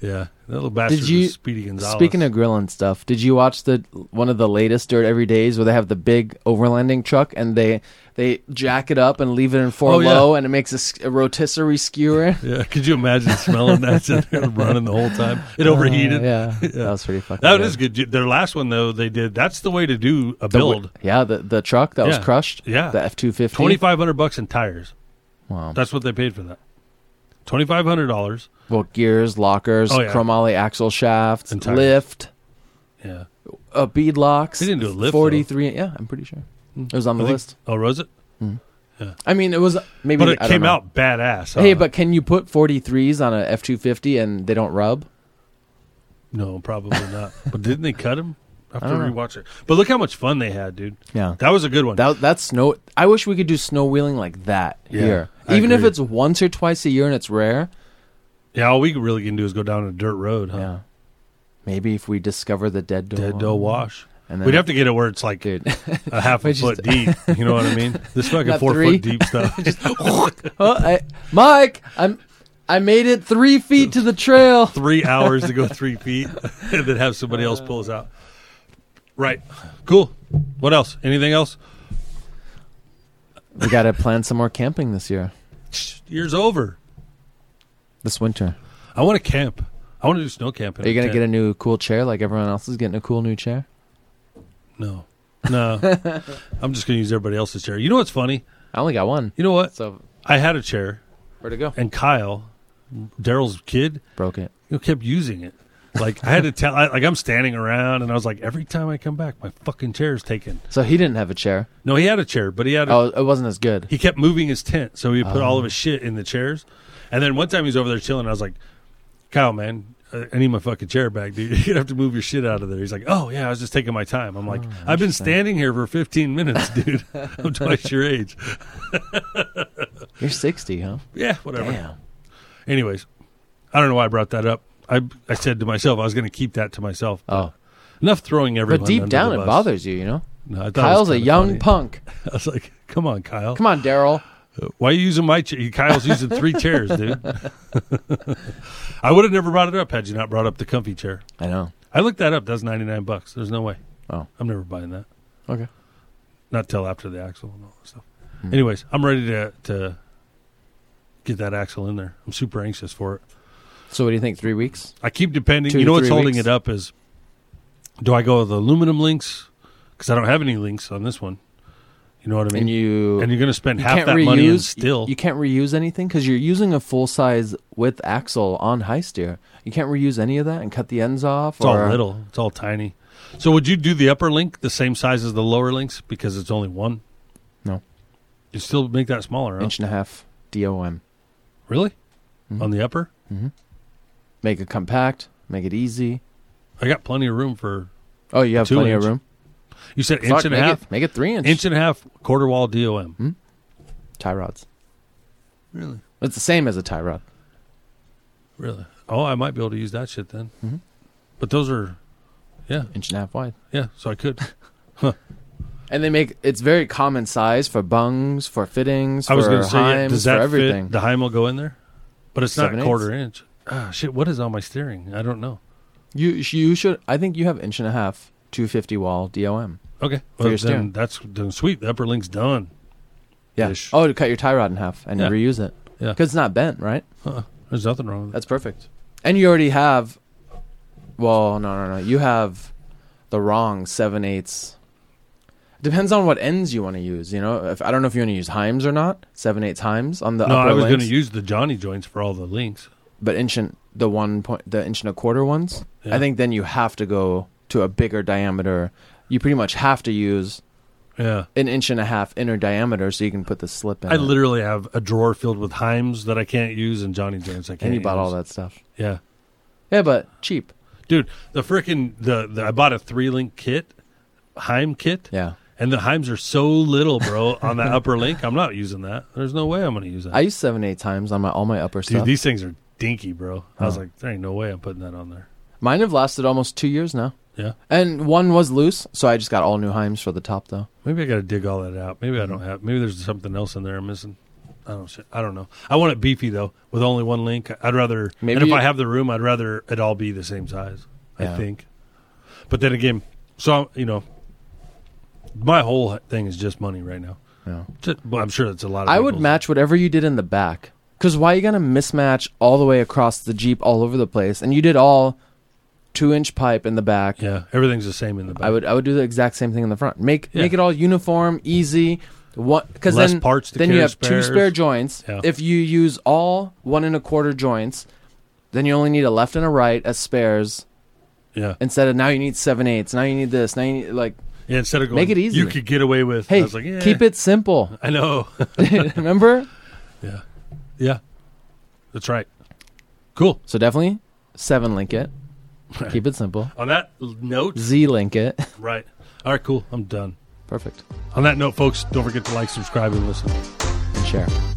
[SPEAKER 1] Yeah, that little bastard.
[SPEAKER 2] Did you-
[SPEAKER 1] was Speedy Gonzalez.
[SPEAKER 2] Speaking of grilling stuff, did you watch the one of the latest Dirt Every Days where they have the big overlanding truck and they they jack it up and leave it in four
[SPEAKER 1] Oh, yeah.
[SPEAKER 2] low and it makes a, s- a rotisserie skewer?
[SPEAKER 1] yeah, (laughs) could you imagine smelling that shit (laughs) running the whole time? It overheated. (laughs)
[SPEAKER 2] Uh, yeah, That was pretty fucking
[SPEAKER 1] That
[SPEAKER 2] good.
[SPEAKER 1] is good. Their last one though, they did. That's the way to do a
[SPEAKER 2] The w-
[SPEAKER 1] build.
[SPEAKER 2] yeah, the the truck that was
[SPEAKER 1] Yeah.
[SPEAKER 2] crushed.
[SPEAKER 1] Yeah.
[SPEAKER 2] The F two fifty.
[SPEAKER 1] Twenty five hundred bucks in tires.
[SPEAKER 2] Wow.
[SPEAKER 1] That's what they paid for that. Twenty five hundred dollars.
[SPEAKER 2] Well, gears, lockers,
[SPEAKER 1] Oh, yeah.
[SPEAKER 2] chromoly axle shafts,
[SPEAKER 1] And tires.
[SPEAKER 2] lift.
[SPEAKER 1] Yeah.
[SPEAKER 2] uh, bead locks.
[SPEAKER 1] They didn't do a lift, though. Hmm.
[SPEAKER 2] Forty-three. Yeah, I'm pretty sure it was on the
[SPEAKER 1] I think-
[SPEAKER 2] list.
[SPEAKER 1] Oh, was it?
[SPEAKER 2] I mean, it was maybe.
[SPEAKER 1] But it
[SPEAKER 2] I don't
[SPEAKER 1] came
[SPEAKER 2] know.
[SPEAKER 1] out badass. huh?
[SPEAKER 2] Hey, but can you put 43s on a F250 and they don't rub?
[SPEAKER 1] no, probably not. but didn't they cut him? I have to
[SPEAKER 2] I don't know.
[SPEAKER 1] rewatch it. But look how much fun they had, dude.
[SPEAKER 2] Yeah.
[SPEAKER 1] That was a good one.
[SPEAKER 2] That that's snow. I wish we could do snow wheeling like that
[SPEAKER 1] Yeah,
[SPEAKER 2] here.
[SPEAKER 1] I
[SPEAKER 2] Even if
[SPEAKER 1] agree.
[SPEAKER 2] it's once or twice a year and it's rare.
[SPEAKER 1] yeah, all we really can do is go down a dirt road, huh?
[SPEAKER 2] Yeah. Maybe if we discover the dead doe.
[SPEAKER 1] Dead doe wash.
[SPEAKER 2] And then
[SPEAKER 1] We'd have to get it where it's like (laughs)
[SPEAKER 2] (laughs) Dude,
[SPEAKER 1] a half
[SPEAKER 2] We
[SPEAKER 1] a
[SPEAKER 2] just-
[SPEAKER 1] foot deep. You know what I mean? This fucking
[SPEAKER 2] Not
[SPEAKER 1] four
[SPEAKER 2] three.
[SPEAKER 1] foot deep
[SPEAKER 2] (laughs)
[SPEAKER 1] stuff.
[SPEAKER 2] oh, I, Mike, I'm, I made it three feet to the
[SPEAKER 1] (laughs)
[SPEAKER 2] trail.
[SPEAKER 1] three hours to go three feet, (laughs) and then have somebody else pull us out. Right. Cool. What else? Anything else?
[SPEAKER 2] We gotta plan some more camping this year,
[SPEAKER 1] Year's over.
[SPEAKER 2] this winter.
[SPEAKER 1] I want to camp. I want to do snow camping.
[SPEAKER 2] Are you gonna get a new cool chair like everyone else is getting a cool new chair?
[SPEAKER 1] No. No. I'm just going to use everybody else's chair. You know what's funny?
[SPEAKER 2] I only got one.
[SPEAKER 1] You know what?
[SPEAKER 2] So
[SPEAKER 1] I had a chair,
[SPEAKER 2] where'd it go?
[SPEAKER 1] and Kyle, Daryl's kid,
[SPEAKER 2] Broke it.
[SPEAKER 1] you know, kept using it. Like I had to tell, I, like I'm standing around, and I was like, every time I come back, my fucking chair is taken.
[SPEAKER 2] So he didn't have a chair.
[SPEAKER 1] No, he had a chair, but he had a,
[SPEAKER 2] Oh, it wasn't as good.
[SPEAKER 1] he kept moving his tent, so he put
[SPEAKER 2] Oh.
[SPEAKER 1] all of his shit in the chairs. And then one time he was over there chilling, and I was like, Kyle, man, I I need my fucking chair back, dude. (laughs) You're gonna have to move your shit out of there. He's like, Oh yeah, I was just taking my time.
[SPEAKER 2] Oh,
[SPEAKER 1] I'm like, I've been standing here for 15 minutes, dude. (laughs) I'm twice your age. (laughs)
[SPEAKER 2] You're 60, huh?
[SPEAKER 1] Yeah, whatever.
[SPEAKER 2] Damn.
[SPEAKER 1] Anyways, I don't know why I brought that up. I I said to myself I was going to keep that to myself. but
[SPEAKER 2] Oh.
[SPEAKER 1] enough throwing everyone.
[SPEAKER 2] But deep
[SPEAKER 1] under
[SPEAKER 2] down,
[SPEAKER 1] the
[SPEAKER 2] it
[SPEAKER 1] bus.
[SPEAKER 2] bothers you, you know?
[SPEAKER 1] No, I thought it was
[SPEAKER 2] Kyle's a
[SPEAKER 1] kinda
[SPEAKER 2] young
[SPEAKER 1] funny. (laughs)
[SPEAKER 2] punk.
[SPEAKER 1] I was like, "Come on, Kyle.
[SPEAKER 2] Come on, Daryl.
[SPEAKER 1] Why are you using my chair? Kyle's using three chairs,
[SPEAKER 2] (laughs)
[SPEAKER 1] dude." I would have never brought it up had you not brought up the comfy chair.
[SPEAKER 2] I know.
[SPEAKER 1] I looked that up. That's ninety nine bucks. There's no way.
[SPEAKER 2] Oh.
[SPEAKER 1] I'm never buying that.
[SPEAKER 2] Okay.
[SPEAKER 1] Not till after the axle and all that stuff.
[SPEAKER 2] Hmm.
[SPEAKER 1] Anyways, I'm ready to to get that axle in there. I'm super anxious for it.
[SPEAKER 2] So what do you think? Three weeks?
[SPEAKER 1] I keep depending.
[SPEAKER 2] Two
[SPEAKER 1] you
[SPEAKER 2] to
[SPEAKER 1] know what's
[SPEAKER 2] three
[SPEAKER 1] holding
[SPEAKER 2] weeks.
[SPEAKER 1] it up is do I go with aluminum links? Because I don't have any links on this one. You know what I mean?
[SPEAKER 2] And you,
[SPEAKER 1] And you're going to spend
[SPEAKER 2] you
[SPEAKER 1] half
[SPEAKER 2] can't
[SPEAKER 1] that
[SPEAKER 2] reuse.
[SPEAKER 1] money and still.
[SPEAKER 2] You can't reuse anything because you're using a full size with axle on high steer. You can't reuse any of that and cut the ends off.
[SPEAKER 1] it's all
[SPEAKER 2] or,
[SPEAKER 1] little. It's all tiny. So would you do the upper link the same size as the lower links because it's only one?
[SPEAKER 2] No.
[SPEAKER 1] You still make that smaller, huh?
[SPEAKER 2] Inch and a half DOM.
[SPEAKER 1] Really? On the upper?
[SPEAKER 2] Make it compact. Make it easy.
[SPEAKER 1] I got plenty of room for.
[SPEAKER 2] Oh, you have
[SPEAKER 1] Two
[SPEAKER 2] plenty
[SPEAKER 1] inch.
[SPEAKER 2] of room.
[SPEAKER 1] You said inch
[SPEAKER 2] Fuck,
[SPEAKER 1] and a
[SPEAKER 2] make
[SPEAKER 1] half,
[SPEAKER 2] It, make it three inch.
[SPEAKER 1] inch and a half quarter wall DOM.
[SPEAKER 2] tie rods.
[SPEAKER 1] Really,
[SPEAKER 2] It's the same as a tie rod.
[SPEAKER 1] really. Oh, I might be able to use that shit then. But those are, yeah,
[SPEAKER 2] Inch and a half wide.
[SPEAKER 1] yeah. So I could.
[SPEAKER 2] And they make it's very common size for bungs, for fittings,
[SPEAKER 1] I was
[SPEAKER 2] for
[SPEAKER 1] going to say, yeah,
[SPEAKER 2] heims,
[SPEAKER 1] does that
[SPEAKER 2] for everything.
[SPEAKER 1] fit? The Heim will go in there, but it's not
[SPEAKER 2] Seven-eighths?
[SPEAKER 1] quarter inch. Ah, shit. What is on my steering? I don't know.
[SPEAKER 2] You you should. I think you have inch and a half, two fifty wall DOM.
[SPEAKER 1] Okay,
[SPEAKER 2] For your
[SPEAKER 1] well,
[SPEAKER 2] steering.
[SPEAKER 1] then that's then sweet. The upper link's done.
[SPEAKER 2] Yeah.
[SPEAKER 1] Ish.
[SPEAKER 2] Oh, to cut your tie rod in half and
[SPEAKER 1] Yeah.
[SPEAKER 2] reuse it.
[SPEAKER 1] Yeah.
[SPEAKER 2] Because it's not bent, right?
[SPEAKER 1] There's nothing wrong with it.
[SPEAKER 2] That's perfect. And you already have. Well, no, no, no. You have the wrong seven eighths. Depends on what ends you want to use. You know, if I don't know if you want to use Heims or not. Seven eighths Heims on the
[SPEAKER 1] No,
[SPEAKER 2] upper
[SPEAKER 1] I was
[SPEAKER 2] links,
[SPEAKER 1] going to use the Johnny joints for all the links.
[SPEAKER 2] but inch and the one point, the inch and a quarter ones.
[SPEAKER 1] Yeah.
[SPEAKER 2] I think then you have to go to a bigger diameter. You pretty much have to use
[SPEAKER 1] Yeah.
[SPEAKER 2] an inch and a half inner diameter so you can put the slip in.
[SPEAKER 1] I
[SPEAKER 2] it.
[SPEAKER 1] literally have a drawer filled with Heims that I can't use and Johnny Jones I can't.
[SPEAKER 2] and you bought
[SPEAKER 1] use.
[SPEAKER 2] all that stuff.
[SPEAKER 1] Yeah,
[SPEAKER 2] Yeah, but cheap.
[SPEAKER 1] dude. The freaking the, the I bought a three link kit, Heim kit,
[SPEAKER 2] Yeah.
[SPEAKER 1] and the Heims are so little, bro. on
[SPEAKER 2] (laughs)
[SPEAKER 1] that upper link, I'm not using that. There's no way I'm going to use that.
[SPEAKER 2] I use seven eight times on my all my upper
[SPEAKER 1] Dude,
[SPEAKER 2] stuff.
[SPEAKER 1] these things are dinky, bro. I was
[SPEAKER 2] Huh.
[SPEAKER 1] like, there ain't no way I'm putting that on there.
[SPEAKER 2] Mine have lasted almost two years now.
[SPEAKER 1] Yeah,
[SPEAKER 2] And one was loose, so I just got all new Heims for the top though.
[SPEAKER 1] maybe I got to dig all that out. Maybe I
[SPEAKER 2] Mm-hmm.
[SPEAKER 1] don't have. Maybe there's something else in there I'm missing. I don't. shit. I don't know. I want it beefy though, with only one link. I'd rather.
[SPEAKER 2] Maybe
[SPEAKER 1] and if
[SPEAKER 2] you-
[SPEAKER 1] I have the room, I'd rather it all be the same size. I
[SPEAKER 2] Yeah.
[SPEAKER 1] think. But then again, so you know, my whole thing is just money right now.
[SPEAKER 2] Yeah.
[SPEAKER 1] Just, well, I'm sure that's a lot. of
[SPEAKER 2] I would
[SPEAKER 1] people's-
[SPEAKER 2] match whatever you did in the back. Cause why are you gonna mismatch all the way across the Jeep all over the place? And you did all two inch pipe in the back.
[SPEAKER 1] Yeah, everything's the same in the back.
[SPEAKER 2] I would I would do the exact same thing in the front. Make
[SPEAKER 1] Yeah.
[SPEAKER 2] make it all uniform, easy. What? Because
[SPEAKER 1] Less
[SPEAKER 2] then
[SPEAKER 1] parts to
[SPEAKER 2] then you
[SPEAKER 1] carry
[SPEAKER 2] have
[SPEAKER 1] spares.
[SPEAKER 2] two spare joints.
[SPEAKER 1] Yeah.
[SPEAKER 2] If you use all one and a quarter joints, then you only need a left and a right as spares.
[SPEAKER 1] yeah.
[SPEAKER 2] Instead of now you need seven eighths. Now you need this. Now you need like
[SPEAKER 1] yeah. Instead of going,
[SPEAKER 2] Make it easy.
[SPEAKER 1] You could get away with. I
[SPEAKER 2] hey,
[SPEAKER 1] was like, yeah,
[SPEAKER 2] keep
[SPEAKER 1] (laughs)
[SPEAKER 2] it simple. (laughs)
[SPEAKER 1] I know.
[SPEAKER 2] Remember?
[SPEAKER 1] Yeah. Yeah. That's right. Cool.
[SPEAKER 2] So definitely seven link it. Keep it simple.
[SPEAKER 1] On that l- note,
[SPEAKER 2] Z link it. (laughs)
[SPEAKER 1] right. All right, cool. I'm done.
[SPEAKER 2] Perfect.
[SPEAKER 1] On that note, folks, don't forget to like, subscribe, and listen.
[SPEAKER 2] And share.